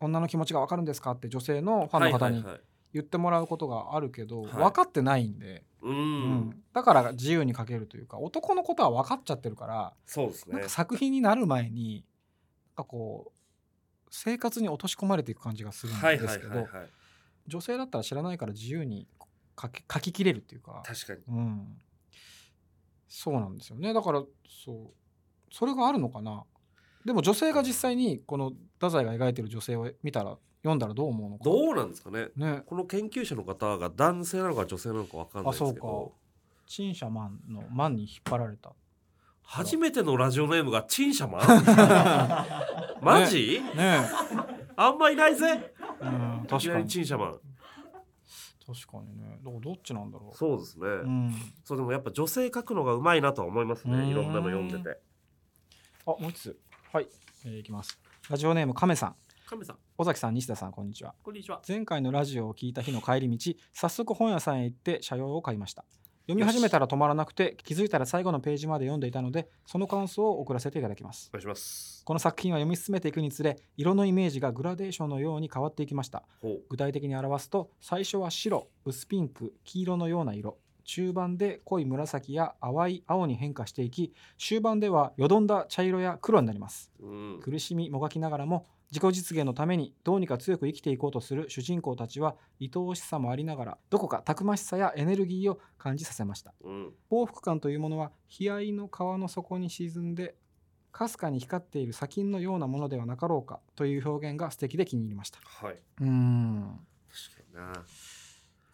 Speaker 3: 女の気持ちが分かるんですかって女性のファンの方
Speaker 2: はい
Speaker 3: に
Speaker 2: はいはい
Speaker 3: 言ってもらうことがあるけど、
Speaker 2: はい
Speaker 3: 分かってないんで、
Speaker 2: うん、
Speaker 3: うんだから自由に書けるというか男のことは分かっちゃってるから、
Speaker 2: そうです
Speaker 3: なん
Speaker 2: ね
Speaker 3: か作品になる前になんかこう生活に落とし込まれていく感じがするん
Speaker 2: はい
Speaker 3: で
Speaker 2: は
Speaker 3: す
Speaker 2: い
Speaker 3: け
Speaker 2: はいはい
Speaker 3: ど女性だったら知らないから自由に書き書ききれるっていうか、
Speaker 2: 確かに
Speaker 3: うん、そうなんですよねだからそうそれがあるのかなでも女性が実際にこの太宰が描いてる女性を見たら読んだらどう思うのか
Speaker 2: どうなんですかね
Speaker 3: ね
Speaker 2: この研究者の方が男性なのか女性なのか分かんないですけ
Speaker 3: あそう
Speaker 2: ど
Speaker 3: か陳謝マンのマンに引っ張られた
Speaker 2: 初めてのラジオネームが陳謝マン マジ、
Speaker 3: ね
Speaker 2: あんまいないぜ
Speaker 3: え、うん、
Speaker 2: いき
Speaker 3: 確
Speaker 2: な
Speaker 3: か
Speaker 2: り
Speaker 3: に
Speaker 2: 陳謝マン
Speaker 3: 確かにねだからどっちなんだろう
Speaker 2: そうですね、
Speaker 3: うん
Speaker 2: そうでもやっぱ女性書くのがうまいなとは思います
Speaker 3: うー
Speaker 2: ね
Speaker 3: ん
Speaker 2: いろんなの読んでて
Speaker 3: あ、もう一つ。はい、えーいきます。ラジオネーム亀さん、
Speaker 2: 亀さん
Speaker 3: 尾崎さん、西田さん、こんにちは。
Speaker 2: こんにちは
Speaker 3: 前回のラジオを聞いた日の帰り道、早速本屋さんへ行って社用を買いました。読み始めたら止まらなくて気づいたら最後のページまで読んでいたのでその感想を送らせていただきます
Speaker 2: お願いします
Speaker 3: この作品は読み進めていくにつれ色のイメージがグラデーションのように変わっていきました
Speaker 2: ほう
Speaker 3: 具体的に表すと最初は白薄ピンク黄色のような色中盤で濃い紫や淡い青に変化していき終盤ではよどんだ茶色や黒になります
Speaker 2: うん
Speaker 3: 苦しみもがきながらも自己実現のためにどうにか強く生きていこうとする主人公たちは愛おしさもありながらどこかたくましさやエネルギーを感じさせました
Speaker 2: うん
Speaker 3: 幸福感というものは悲哀の川の底に沈んでかすかに光っている砂金のようなものではなかろうかという表現が素敵で気に入りました
Speaker 2: はい確か
Speaker 3: うーん
Speaker 2: にな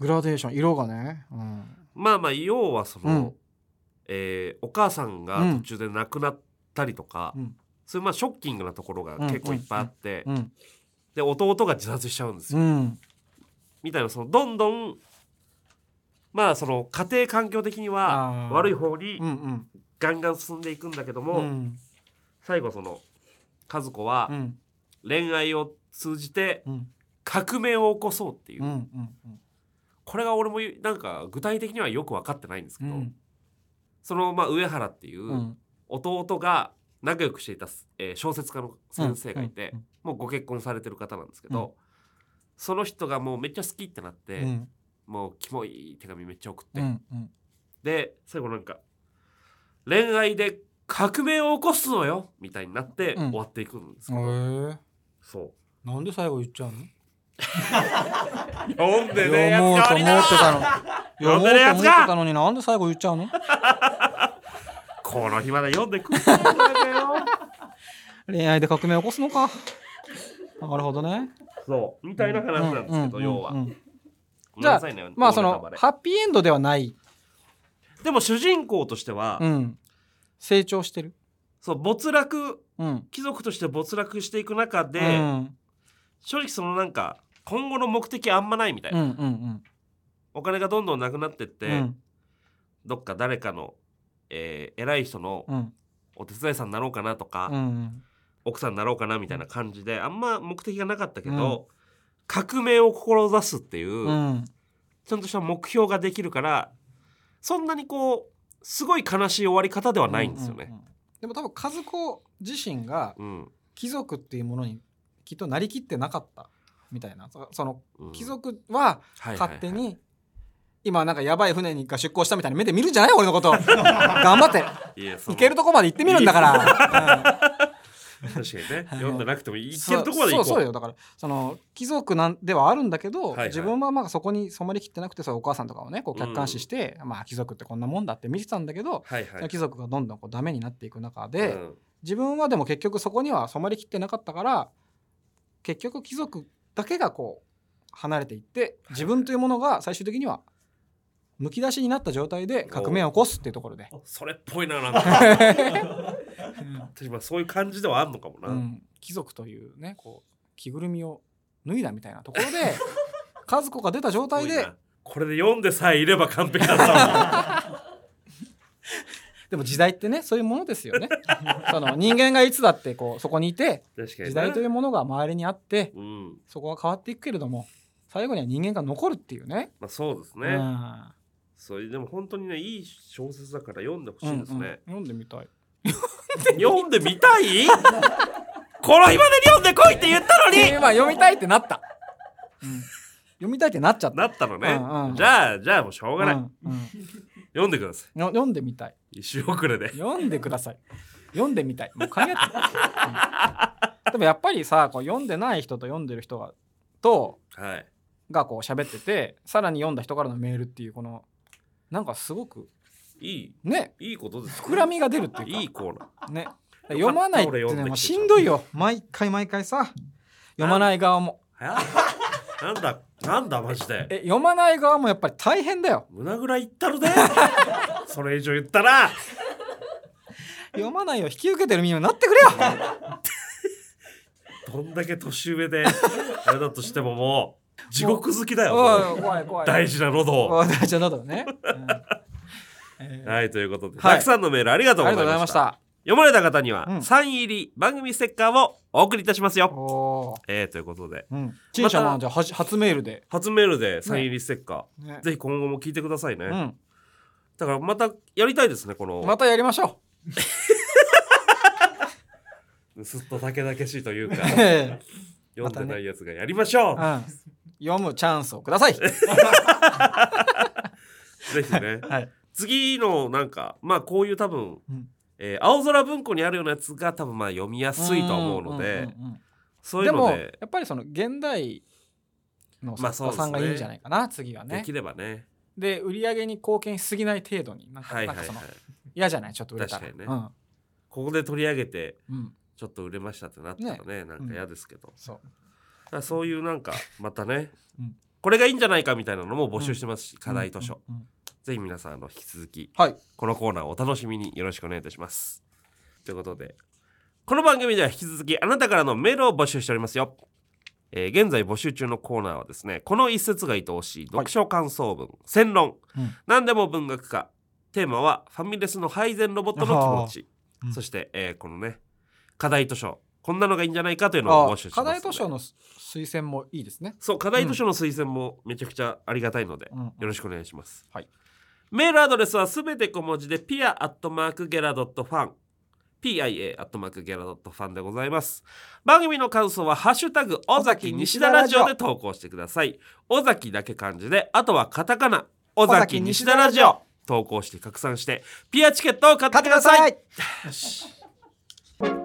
Speaker 3: グラデーション色がね、うん、
Speaker 2: まあまあ要はその、
Speaker 3: うん
Speaker 2: えーお母さんが途中で亡くなったりとか、
Speaker 3: うん
Speaker 2: そういうまあショッキングなところが結構いっぱいあって、
Speaker 3: うん
Speaker 2: で弟が自殺しちゃうんですよ、
Speaker 3: うん
Speaker 2: みたいなそのどんどんまあその家庭環境的には
Speaker 3: あー
Speaker 2: 悪い方に
Speaker 3: うんうん
Speaker 2: ガンガン進んでいくんだけど
Speaker 3: う
Speaker 2: も、
Speaker 3: ん
Speaker 2: 最後その和子は
Speaker 3: うん
Speaker 2: 恋愛を通じて
Speaker 3: うん
Speaker 2: 革命を起こそうっていう、
Speaker 3: うんうん
Speaker 2: これが俺もなんか具体的にはよく分かってないんですけ
Speaker 3: う
Speaker 2: ど、
Speaker 3: ん
Speaker 2: そのまあ上原っていう、
Speaker 3: うん
Speaker 2: 弟が仲良くしていた、えー小説家の先生がいて、
Speaker 3: うん
Speaker 2: もうご結婚されてる方なんですけど、その人がもうめっちゃ好きってなって、
Speaker 3: うん
Speaker 2: もうキモい手紙めっちゃ送って、
Speaker 3: うんうん
Speaker 2: で最後なんか「恋愛で革命を起こすのよ」みたいになって
Speaker 3: うん
Speaker 2: 終わっていくんですけど、
Speaker 3: へえ
Speaker 2: そう
Speaker 3: なんで最後言っちゃうの
Speaker 2: 読んでねえ
Speaker 3: 読もう
Speaker 2: やつ
Speaker 3: と
Speaker 2: が
Speaker 3: 思っ
Speaker 2: り
Speaker 3: て
Speaker 2: だ
Speaker 3: たの
Speaker 2: 読んでねえや
Speaker 3: 読もうと思っ
Speaker 2: つ
Speaker 3: てた
Speaker 2: が
Speaker 3: のになんで最後言っちゃうの
Speaker 2: この日まで読んでくれないんだよ
Speaker 3: 恋愛で革命起こすのかなるほどね
Speaker 2: そうみたいな話なんですけど、
Speaker 3: うんうんうん
Speaker 2: 要は、
Speaker 3: うん
Speaker 2: ごめんなさいね
Speaker 3: まあそ
Speaker 2: 大
Speaker 3: の
Speaker 2: ネタバ
Speaker 3: ハッピーエンドではない、
Speaker 2: レでも主人公としては、
Speaker 3: うん、成長してる
Speaker 2: そう没落
Speaker 3: うん
Speaker 2: 貴族として没落していく中で、
Speaker 3: うん
Speaker 2: 正直そのなんか今後の目的あんまないみたい
Speaker 3: うんう
Speaker 2: な、
Speaker 3: んうん
Speaker 2: お金がどんどんなくなってって、
Speaker 3: うん
Speaker 2: どっか誰かの、えー偉い人の
Speaker 3: うん
Speaker 2: お手伝いさんになろうかなとか、
Speaker 3: うん
Speaker 2: 奥さんになろうかなみたいな感じであんま目的がなかったけど、革命を志すっていう、
Speaker 3: うん
Speaker 2: ちゃんとした目標ができるからそんなにこうすごい悲しい終わり方ではないんですよ
Speaker 3: う
Speaker 2: ね。
Speaker 3: ううんでも多分和子自身が
Speaker 2: うん
Speaker 3: 貴族っていうものにきっとなりきってなかったみたいなそその
Speaker 2: うん
Speaker 3: 貴族は
Speaker 2: はいはいはい
Speaker 3: 勝手に今なんかやばい船にが出航したみたいに目で見るんじゃない俺のこと 頑張って
Speaker 2: いやそ
Speaker 3: 行
Speaker 2: の
Speaker 3: けるとこまで行ってみるんだから、
Speaker 2: 確かにね
Speaker 3: あの
Speaker 2: 読んでなくても
Speaker 3: うん
Speaker 2: いけるとこまで行こう
Speaker 3: そうそうそうよだからその貴族なんではあるんだけど、
Speaker 2: はいはい
Speaker 3: 自分はまあそこに染まりきってなくてそういうお母さんとかをねこう客観視して、まあ貴族ってこんなもんだって見てたんだけど、
Speaker 2: はいはい
Speaker 3: 貴族がどんどんこうダメになっていく中
Speaker 2: う
Speaker 3: で、
Speaker 2: ん
Speaker 3: 自分はでも結局そこには染まりきってなかったから結局貴族だけがこう離れていって自分というものが最終的にはむき出しになった状態で革命を起こすっていうところで、
Speaker 2: あそれっぽいな なんか私まあそういう感じではあんのかもな、
Speaker 3: うん、貴族というねこう着ぐるみを脱いだみたいなところ で和子が出た状
Speaker 2: 多
Speaker 3: 態
Speaker 2: い
Speaker 3: で
Speaker 2: なこれで読んでさえいれば完璧 だったわ
Speaker 3: でも時代ってねそういうものです よねその人間がいつだってこうそこにいて
Speaker 2: 確かに
Speaker 3: 時代といううものが周りにあって
Speaker 2: うん
Speaker 3: そこは変わっていくけれども最後には人間が残るっていうね
Speaker 2: まあそうですね、
Speaker 3: うん
Speaker 2: それでも本当にねいい小説だから読んでほしいです
Speaker 3: うんうん
Speaker 2: ね、
Speaker 3: 読んでみたい。
Speaker 2: 読んでみたい この日までに読んでこいって言ったのに
Speaker 3: 今読みたいってなった。うん読みたいってなっちゃった。
Speaker 2: なったのね、
Speaker 3: うんうん
Speaker 2: じゃあじゃあもうしょうがない、
Speaker 3: うんうん
Speaker 2: 読んでくださ
Speaker 3: よ読んでみたい。
Speaker 2: い一周遅れで
Speaker 3: 読んでください。読んでみたい。もう考えて、うんでもやっぱりさ、こう読んでない人と読んでる人がと
Speaker 2: はい
Speaker 3: がこう喋ってて、さらに読んだ人からのメールっていうこのなんかすごく
Speaker 2: いい
Speaker 3: ね
Speaker 2: いいことです
Speaker 3: 膨らみが出るっていうか。
Speaker 2: いいコーナー
Speaker 3: ね。読まないって
Speaker 2: 俺
Speaker 3: ね
Speaker 2: 読んできて
Speaker 3: もうしんどいよ。毎回毎回さ、読まない側も。
Speaker 2: はやなんだなんだマジで
Speaker 3: え読まない側もやっぱり大変だよ。
Speaker 2: 胸ぐらい言った るでそれ以上言ったら
Speaker 3: 読まないよ引き受けてる身になってくれよ
Speaker 2: どんだけ年上であれだとしてももう地獄好きだよもう
Speaker 3: おい怖い怖い
Speaker 2: 大事なロドを
Speaker 3: おい大事なのだ ね、うんえーあ
Speaker 2: はいということで、
Speaker 3: はい
Speaker 2: たくさんのメールありが
Speaker 3: り
Speaker 2: とう
Speaker 3: が
Speaker 2: ご
Speaker 3: とうござい
Speaker 2: ざいま
Speaker 3: ま
Speaker 2: し
Speaker 3: したた
Speaker 2: 読まれた方には
Speaker 3: うん
Speaker 2: サイン入り番組ステッカーをお送りいたします
Speaker 3: お
Speaker 2: よ、
Speaker 3: お
Speaker 2: えー、ということで
Speaker 3: ー、うん、ちいちゃんのじゃあはじ初メールで、
Speaker 2: 初メールでサイン入りステッカー、
Speaker 3: ね
Speaker 2: ぜひ今後も聞いてくださいね、
Speaker 3: うん、
Speaker 2: だからまたやりたいですねこの、
Speaker 3: またやりましょ
Speaker 2: すっと竹々しい と いうか
Speaker 3: う。ええ
Speaker 2: 読んでないやつがやりましょ
Speaker 3: う
Speaker 2: う、
Speaker 3: ん読むチャンスをくだ さい。
Speaker 2: ぜひね
Speaker 3: はい。
Speaker 2: 次のなんかまあこういう多分、
Speaker 3: うん
Speaker 2: えー青空文庫にあるようなやつが多分まあ読みやすいとは思うので
Speaker 3: んうんうんうん
Speaker 2: そうい
Speaker 3: で
Speaker 2: うの
Speaker 3: も
Speaker 2: で
Speaker 3: やっぱりその現代の
Speaker 2: まあ
Speaker 3: 作家さんがいいんじゃないかな、次は
Speaker 2: で
Speaker 3: ね
Speaker 2: き。ればね
Speaker 3: で売り上げに貢献しすぎない程度になんか,、
Speaker 2: はい
Speaker 3: なん
Speaker 2: はいは
Speaker 3: か
Speaker 2: い
Speaker 3: その嫌じゃないちょっと売れたら。
Speaker 2: 確かにね
Speaker 3: うん
Speaker 2: ここで取り上げて
Speaker 3: うん、
Speaker 2: ちょっと売れましたってなったらねなんか嫌ですけど、
Speaker 3: そう
Speaker 2: だからそういうなんかまたね、
Speaker 3: うん
Speaker 2: これがいいんじゃないかみたいなのも募集してますし、課題図書、
Speaker 3: うんうん
Speaker 2: ぜひ皆さんあの引き続き
Speaker 3: はい
Speaker 2: このコーナーをお楽しみによろしくお願いいたします。ということで、この番組では引き続きあなたからのメールを募集しておりますよ。えー現在募集中のコーナーはですね、この一節が愛おしい、読書感想文、戦論、
Speaker 3: うん
Speaker 2: 何でも文学化、テーマはファミレスの配膳ロボットの気持ち、
Speaker 1: あうん
Speaker 2: そして、えーこのね、課題図書、こんなのがいいんじゃないかというのを
Speaker 3: あ
Speaker 2: 募集して
Speaker 3: 課
Speaker 2: ますので。
Speaker 3: 題図書の推薦もいいですね。
Speaker 2: そう、課題図書の推薦もめちゃくちゃありがたいので、
Speaker 3: うんうん
Speaker 2: よろしくお願いします。
Speaker 3: はい
Speaker 2: メールアドレスはすべて小文字で、ピアアットマークゲラドットファン。pia アットマークゲラドットファンでございます。番組の感想は、ハッシュタグ、尾崎西田ラジオで投稿してください。尾崎だけ漢字で、あとはカタカナ、尾崎西田ラジオ。投稿して拡散して、ピアチケットを買ってください。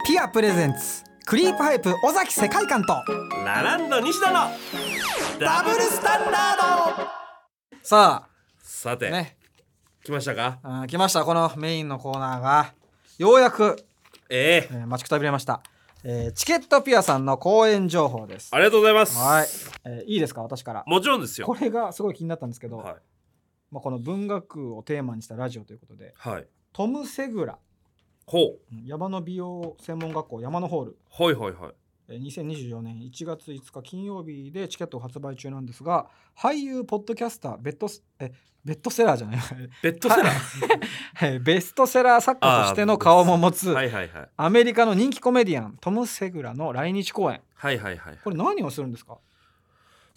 Speaker 1: ピアプレゼンツクリープハイプ尾崎世界観と
Speaker 2: ラランド西田のダブルスタンダード
Speaker 3: さ
Speaker 2: さ
Speaker 3: あ
Speaker 2: て、
Speaker 3: ね
Speaker 2: 来ましたか
Speaker 3: あー来ましたこのメインのコーナーがようやく、
Speaker 2: ええ
Speaker 3: えー待ちくたびれました、えーチケットピアさんの公演情報です
Speaker 2: ありがとうございます。
Speaker 3: はい、えーいいですか私から
Speaker 2: もちろんですよ。
Speaker 3: これがすごい気になったんですけど、
Speaker 2: はい。
Speaker 3: まあ、この文学をテーマにしたラジオということで
Speaker 2: はい。
Speaker 3: トム・セグラ
Speaker 2: ほう。
Speaker 3: うん山の美容専門学校山のホール
Speaker 2: ほいほいほい。
Speaker 3: えー2024年1月5日金曜日でチケットを発売中なんですが俳優ポッドキャスターベッドスえベッドセラーじゃない
Speaker 2: ベッドセラー。
Speaker 3: えーベストセラー作家としての顔も持つ、
Speaker 2: はいはいはい。
Speaker 3: アメリカの人気コメディアントム・セグラの来日公演
Speaker 2: はいはいはい。
Speaker 3: これ何をするんですか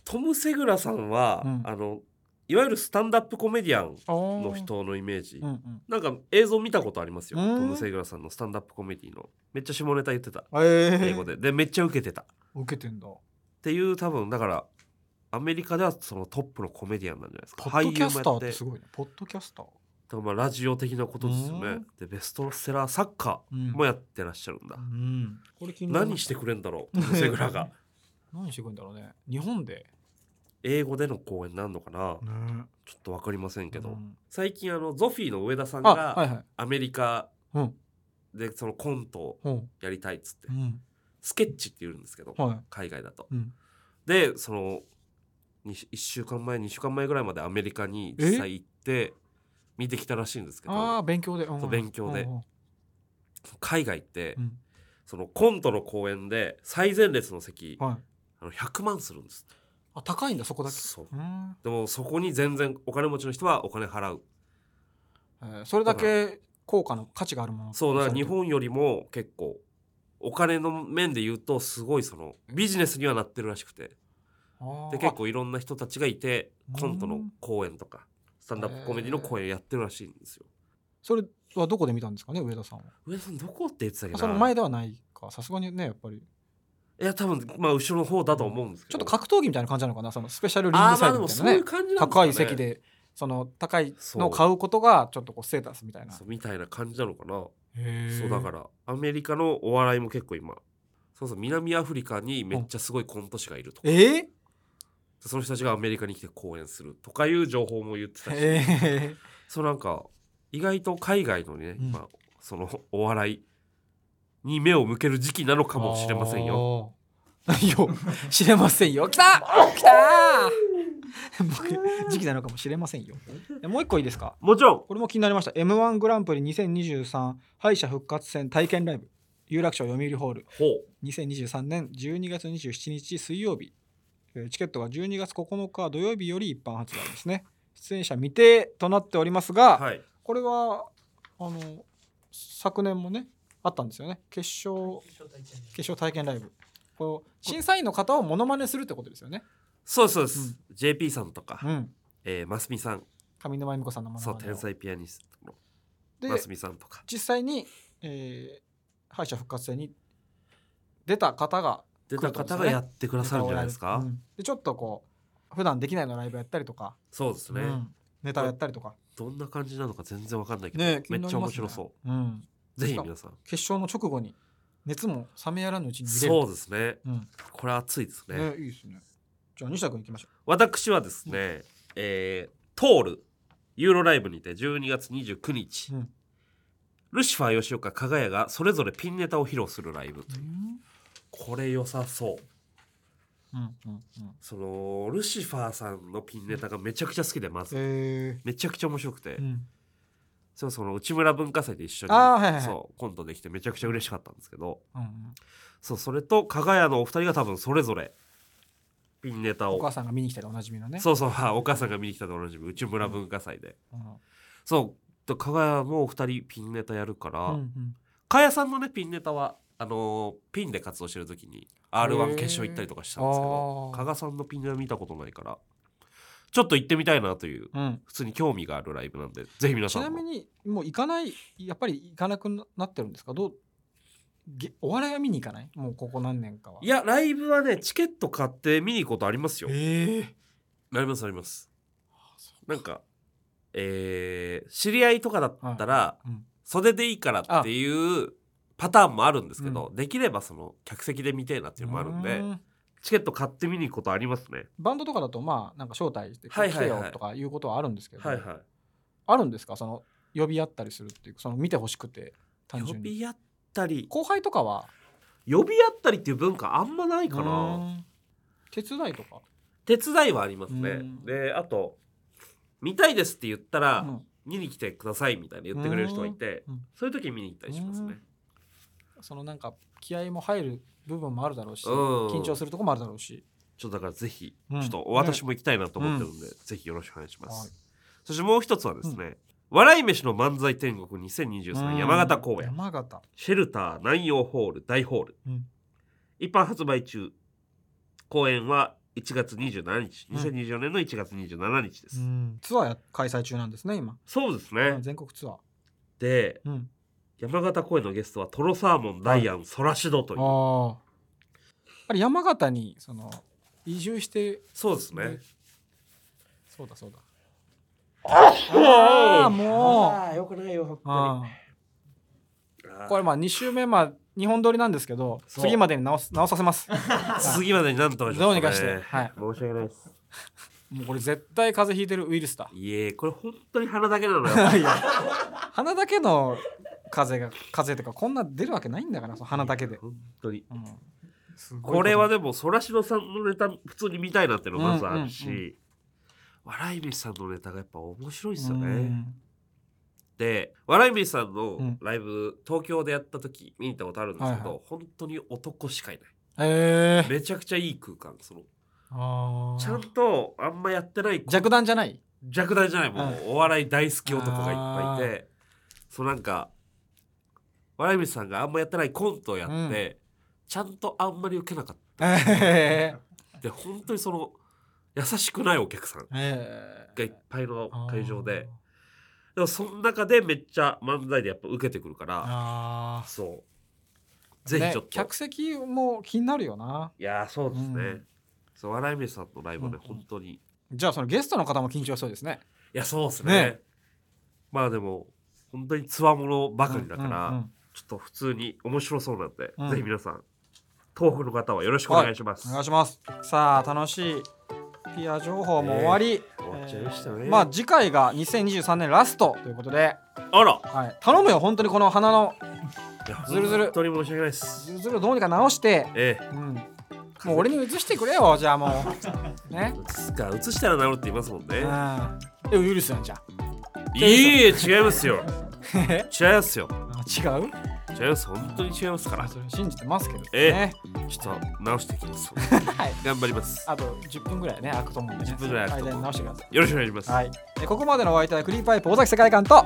Speaker 2: トム・セグラさんは、
Speaker 3: うん
Speaker 2: あの、いわゆるスタンダップコメディアン
Speaker 3: の
Speaker 2: の、人のイメージ。
Speaker 3: うんうん、
Speaker 2: なんか映像見たことありますよ。
Speaker 3: う
Speaker 2: ト
Speaker 3: ん
Speaker 2: ム・セグラさんのスタンダップコメディの。めっちゃ下ネタ言ってた。
Speaker 3: えー、
Speaker 2: 英語で。で、めっちゃ受けてた。っ
Speaker 3: 受けてんだ
Speaker 2: ていう多分、だから、アメリカではそのトップのコメディアンなんじゃないですか。
Speaker 3: ポッドキャスターって
Speaker 2: 俳優
Speaker 3: す
Speaker 2: も
Speaker 3: ご
Speaker 2: や
Speaker 3: いねポッドキャスター、
Speaker 2: だからまあラジオ的なことです
Speaker 3: う
Speaker 2: よね
Speaker 3: ん。
Speaker 2: で、ベストセラー作家
Speaker 3: うん
Speaker 2: もやってらっしゃるんだ
Speaker 3: う。ん、これ気になりま
Speaker 2: 何
Speaker 3: し
Speaker 2: したてくれんだろうトムセグラが
Speaker 3: 何してくるんだろうね日本で、
Speaker 2: 英語での公演なんのかな
Speaker 3: ね、
Speaker 2: ちょっと分かりませんけど、
Speaker 3: うん
Speaker 2: 最近あのゾフィーの上田さん
Speaker 3: あ
Speaker 2: が
Speaker 3: はいはい
Speaker 2: アメリカ
Speaker 3: うん
Speaker 2: でそのコントを
Speaker 3: うん
Speaker 2: やりたいっつって、
Speaker 3: うん
Speaker 2: スケッチって言うんですけど、
Speaker 3: はい
Speaker 2: 海外だと
Speaker 3: うん
Speaker 2: でその1週間前2週間前ぐらいまでアメリカに実際行って見てきたらしいんですけ
Speaker 3: ああ
Speaker 2: ど
Speaker 3: 勉強で、うん
Speaker 2: そう勉強で
Speaker 3: うん
Speaker 2: 海外って、
Speaker 3: うん
Speaker 2: そのコントの公演で最前列の席、
Speaker 3: はい、
Speaker 2: あの100万するんですって
Speaker 3: あ高いんだそこだけ
Speaker 2: そう
Speaker 3: うん、
Speaker 2: でもそこに全然お金持ちの人はお金払う
Speaker 3: えーそれだけ効果の価値があるもの
Speaker 2: そうだから日本よりも結構お金の面で言うとすごいそのビジネスにはなってるらしくてで
Speaker 3: で
Speaker 2: 結構いろんな人たちがいて
Speaker 3: あ
Speaker 2: コントの公演とかスタンダップコメディの公演やってるらしいんですよ。
Speaker 3: それはどこで見たんですかね上田さんは
Speaker 2: 上田さんどこって言ってたっけ
Speaker 3: あその
Speaker 2: な
Speaker 3: 前
Speaker 2: い
Speaker 3: ではないかさすがにねやっぱり
Speaker 2: や多分まあ後ろの方だと思うんですけ
Speaker 3: ちょっ
Speaker 2: ど
Speaker 3: と格闘技みたいな感じなのかなそのスペシャルリン
Speaker 2: あ
Speaker 3: グ
Speaker 2: ーま
Speaker 3: サイ
Speaker 2: あで
Speaker 3: ドみ
Speaker 2: も
Speaker 3: たい
Speaker 2: そ
Speaker 3: な
Speaker 2: うい
Speaker 3: ね
Speaker 2: う感じなんですか
Speaker 3: 高
Speaker 2: ね
Speaker 3: い席でその高いの
Speaker 2: そう
Speaker 3: を買うことがちょっとこうステータスみたいな
Speaker 2: そうみたいな感じなのかな
Speaker 3: へ
Speaker 2: そうだかららアメリカのお笑いも結構今そうそう南アフリカにめっちゃすごいコント師がいるとか
Speaker 3: えー、
Speaker 2: その人たちがアメリカに来て公演するとかいう情報も言ってたし
Speaker 3: えー、
Speaker 2: そうなんか意外と海外のね、
Speaker 3: うん
Speaker 2: まあその お笑いに目を向ける時期なのかもしれませんよ。
Speaker 3: よ。よ、知れませんよ。来た来た僕、時期なのかもしれませんよ。えもう一個いいですか
Speaker 2: もちろん
Speaker 3: これも気になりました。M1 グランプリ2023敗者復活戦体験ライブ。有楽町読売ホール。
Speaker 2: ほう
Speaker 3: 2023年12月27日水曜日。えーチケットが12月9日土曜日より一般発売ですね。出演者未定となっておりますが、
Speaker 2: はい
Speaker 3: これはあの昨年もねあったんですよね決勝決勝体験ライブこう審査員の方をモノマネするってことですよね
Speaker 2: そうですそうです、JP さんとか、
Speaker 3: うん
Speaker 2: えー、ますみさん
Speaker 3: 上沼恵美子さんのもの
Speaker 2: そう天才ピアニストの
Speaker 3: で
Speaker 2: ますみさんとか
Speaker 3: 実際に、えー敗者復活戦に出た方が
Speaker 2: 出た方がやってくださるんじゃないですか、
Speaker 3: うんでちょっとこう普段できないのライブやったりとか、
Speaker 2: そうですね、
Speaker 3: うんネタをやったりとか、
Speaker 2: どんな感じなのか全然わかんないけど、
Speaker 3: ね、、
Speaker 2: めっちゃ面白そう
Speaker 3: うん、
Speaker 2: うぜひ皆さん
Speaker 3: 決勝の直後に熱も冷めやらぬうちに見れる
Speaker 2: そうですね
Speaker 3: う、ん
Speaker 2: これ熱いですね
Speaker 3: ね、いいですねじゃあ西田君行きましょ
Speaker 2: 私はですね、えートールユーロライブにて12月29日、
Speaker 3: うん
Speaker 2: ルシファー吉岡加賀谷がそれぞれピンネタを披露するライブというう、これ良さそう
Speaker 3: うんうんうん
Speaker 2: そのルシファーさんのピンネタがめちゃくちゃ好きでまず、
Speaker 3: え
Speaker 2: めちゃくちゃ面白くて、
Speaker 3: ーうん
Speaker 2: それはその内村文化祭で一緒に、
Speaker 3: あーはいはい
Speaker 2: そうコントできてめちゃくちゃ嬉しかったんですけど
Speaker 3: うんうん
Speaker 2: そうそれと加賀谷のお二人が多分それぞれピンネタ
Speaker 3: お
Speaker 2: を
Speaker 3: 母さんが見に来たでおなじみのね
Speaker 2: そうそうはいお母さんが見に来たでおなじみ内村文化祭で、
Speaker 3: うん
Speaker 2: そうで加賀谷もお二人ピンネタやるから、
Speaker 3: うんうん
Speaker 2: 加谷さんのねピンネタはあのーピンで活動してる時に r 1決勝行ったりとかしたんですけど
Speaker 3: あー
Speaker 2: 加賀さんのピンネタ見たことないからちょっと行ってみたいなという
Speaker 3: うん
Speaker 2: 普通に興味があるライブなんでぜひ皆
Speaker 3: ち
Speaker 2: さ
Speaker 3: なんみ
Speaker 2: も
Speaker 3: にもう行かないやっぱり行かなくなってるんですかどうげお笑いは見に行かないもうここ何年かはい
Speaker 2: やライブはねチケット買って見に行くことありますよ
Speaker 3: ええ
Speaker 2: ありますありますなんかえー知り合いとかだったら
Speaker 3: うん
Speaker 2: 袖でいいからっていうパターンもあるんですけど、できればその客席で見てえなっていうのもあるんで、
Speaker 3: うん
Speaker 2: チケット買って見に行くことありますね。
Speaker 3: バンドとかだとまあなんか招待して
Speaker 2: はい
Speaker 3: 来
Speaker 2: はい
Speaker 3: て
Speaker 2: はい
Speaker 3: よとかいうことはあるんですけど、
Speaker 2: はいは
Speaker 3: あるんですかその呼び合ったりするっていうその見てほしくて
Speaker 2: い。
Speaker 3: 単
Speaker 2: 呼
Speaker 3: 純に
Speaker 2: び合ったり、
Speaker 3: 後輩とかは
Speaker 2: 呼び合ったりっていう文化あんまないか
Speaker 3: う
Speaker 2: な。
Speaker 3: ん手伝いとか、
Speaker 2: 手伝いはあります
Speaker 3: う
Speaker 2: ね。
Speaker 3: ん
Speaker 2: で、あと、見たいですって言ったら、
Speaker 3: うん
Speaker 2: 見に来てくださいみたいな言ってくれる人がいて
Speaker 3: うんうん、
Speaker 2: そういう時見に行ったりしますね。
Speaker 3: そのなんか気合も入る部分もあるだろうし
Speaker 2: うん
Speaker 3: 緊張するとこもあるだろうし
Speaker 2: ちょっとだからぜひ、ち
Speaker 3: う
Speaker 2: ょ
Speaker 3: ん
Speaker 2: っと私も行きたいなと思ってるんで、ぜひよろしくお願いしま
Speaker 3: はい
Speaker 2: す。そしてもう一つはですね、笑い飯の漫才天国
Speaker 3: うん
Speaker 2: 2023山形公演。
Speaker 3: 山形
Speaker 2: シェルター南洋ホール大ホール、
Speaker 3: うん
Speaker 2: 一般発売中公演は1月27日
Speaker 3: うん
Speaker 2: 2024年の1月27日です、
Speaker 3: うんツアーや開催中なんですね今、
Speaker 2: そうですね、
Speaker 3: 全国ツアー、
Speaker 2: で
Speaker 3: うん、
Speaker 2: 山形公演のゲストはトロサーモンダイアンソラシドという、
Speaker 3: あああれ山形にその移住して
Speaker 2: そうですね、
Speaker 3: そうだそうだああも
Speaker 2: あよくないよ本
Speaker 3: うあ
Speaker 2: あ
Speaker 3: あ
Speaker 2: ー
Speaker 3: これまあ2週目まあ2本撮りなんですけど
Speaker 2: そう
Speaker 3: 次までに直す直させます
Speaker 2: 次までになんとかちょっと
Speaker 3: どうにかしてはい
Speaker 2: 申し訳ないです
Speaker 3: もうこれ絶対風邪ひいてるウイルスだ
Speaker 2: いえこれ本当に鼻だけなの
Speaker 3: い
Speaker 2: よ
Speaker 3: や鼻だけの風邪が風邪とかこんな出るわけないんだからその 鼻だけで、
Speaker 2: 本当に
Speaker 3: うん、すごいと
Speaker 2: これはでもそらしろさんのネタ普通に見たいなっていうのがまずあるし、
Speaker 3: うんうんう
Speaker 2: 笑い飯さんのネタがやっぱ面白いですよ
Speaker 3: う
Speaker 2: ね。
Speaker 3: ん
Speaker 2: で笑い飯さんの
Speaker 3: うん
Speaker 2: ライブ、東京でやった時見に行ったことあるんですけど、
Speaker 3: はいは
Speaker 2: 本当に男しかいない
Speaker 3: ええ
Speaker 2: めちゃくちゃいい空間その
Speaker 3: あ
Speaker 2: ちゃん
Speaker 3: ー
Speaker 2: とあんまやってない
Speaker 3: 弱弾じゃない
Speaker 2: 弱大じゃないもう、
Speaker 3: はい
Speaker 2: お笑い大好き男がいっぱいいてそうなんか笑い飯さんがあんまやってないコントをやって、ちゃんとあんまり受けなかった。
Speaker 3: え ー
Speaker 2: で本当にその優しくないお客さん
Speaker 3: え
Speaker 2: がいっぱいの会場ででもその中でめっちゃ漫才でやっぱ受けてくるから
Speaker 3: ああ
Speaker 2: そうぜひちょっ
Speaker 3: ね
Speaker 2: と、
Speaker 3: 客席も気になるよない
Speaker 2: やーそうですね、
Speaker 3: うん
Speaker 2: そう笑い飯さんのライブはね、
Speaker 3: うんうん
Speaker 2: 本当にい
Speaker 3: じゃあそのゲストの方も緊張しそうですね
Speaker 2: やそうですね
Speaker 3: ね
Speaker 2: まあでも本当につわものばかりだから、
Speaker 3: うんうんうん
Speaker 2: ちょっと普通に面白そうなんで、
Speaker 3: うん
Speaker 2: ぜひ皆さん東北の方はよろしくお願いします、
Speaker 3: お願いしますさあ楽しいピア情報も終わり、
Speaker 2: 終わっちゃいましたね
Speaker 3: えーまあ次回が2023年ラストということで、
Speaker 2: あら
Speaker 3: はい、頼むよ本当にこの花の
Speaker 2: いや
Speaker 3: ずるずる
Speaker 2: 本当に申し訳ないです
Speaker 3: ズルズルどうにか直して、
Speaker 2: ええ
Speaker 3: うん、もう俺に移してくれよじゃあも うね
Speaker 2: うつかうつしたら治るって言いますもんね、
Speaker 3: うんえウイルスなんじゃん
Speaker 2: いいえ違いま すよ
Speaker 3: え
Speaker 2: 違いますよ
Speaker 3: 違う
Speaker 2: 違います本当に違いますから
Speaker 3: それ信じてますけどね、
Speaker 2: ええちょっと直していきま す
Speaker 3: はい
Speaker 2: 頑張ります
Speaker 3: あと10分ぐらいね開くと思うんで、ね、
Speaker 2: 10分ぐらい開くと思
Speaker 3: 間
Speaker 2: う
Speaker 3: に直してください
Speaker 2: よろしくお願いします、
Speaker 3: はい、えここまでのお相手はクリーパイプ尾崎世界観と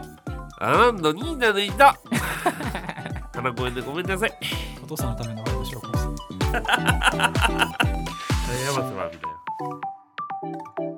Speaker 2: アランド2 7い た花公園でごめんなさい
Speaker 3: お父さんのためのワイドショーコンサート
Speaker 2: 謝ってばみたいな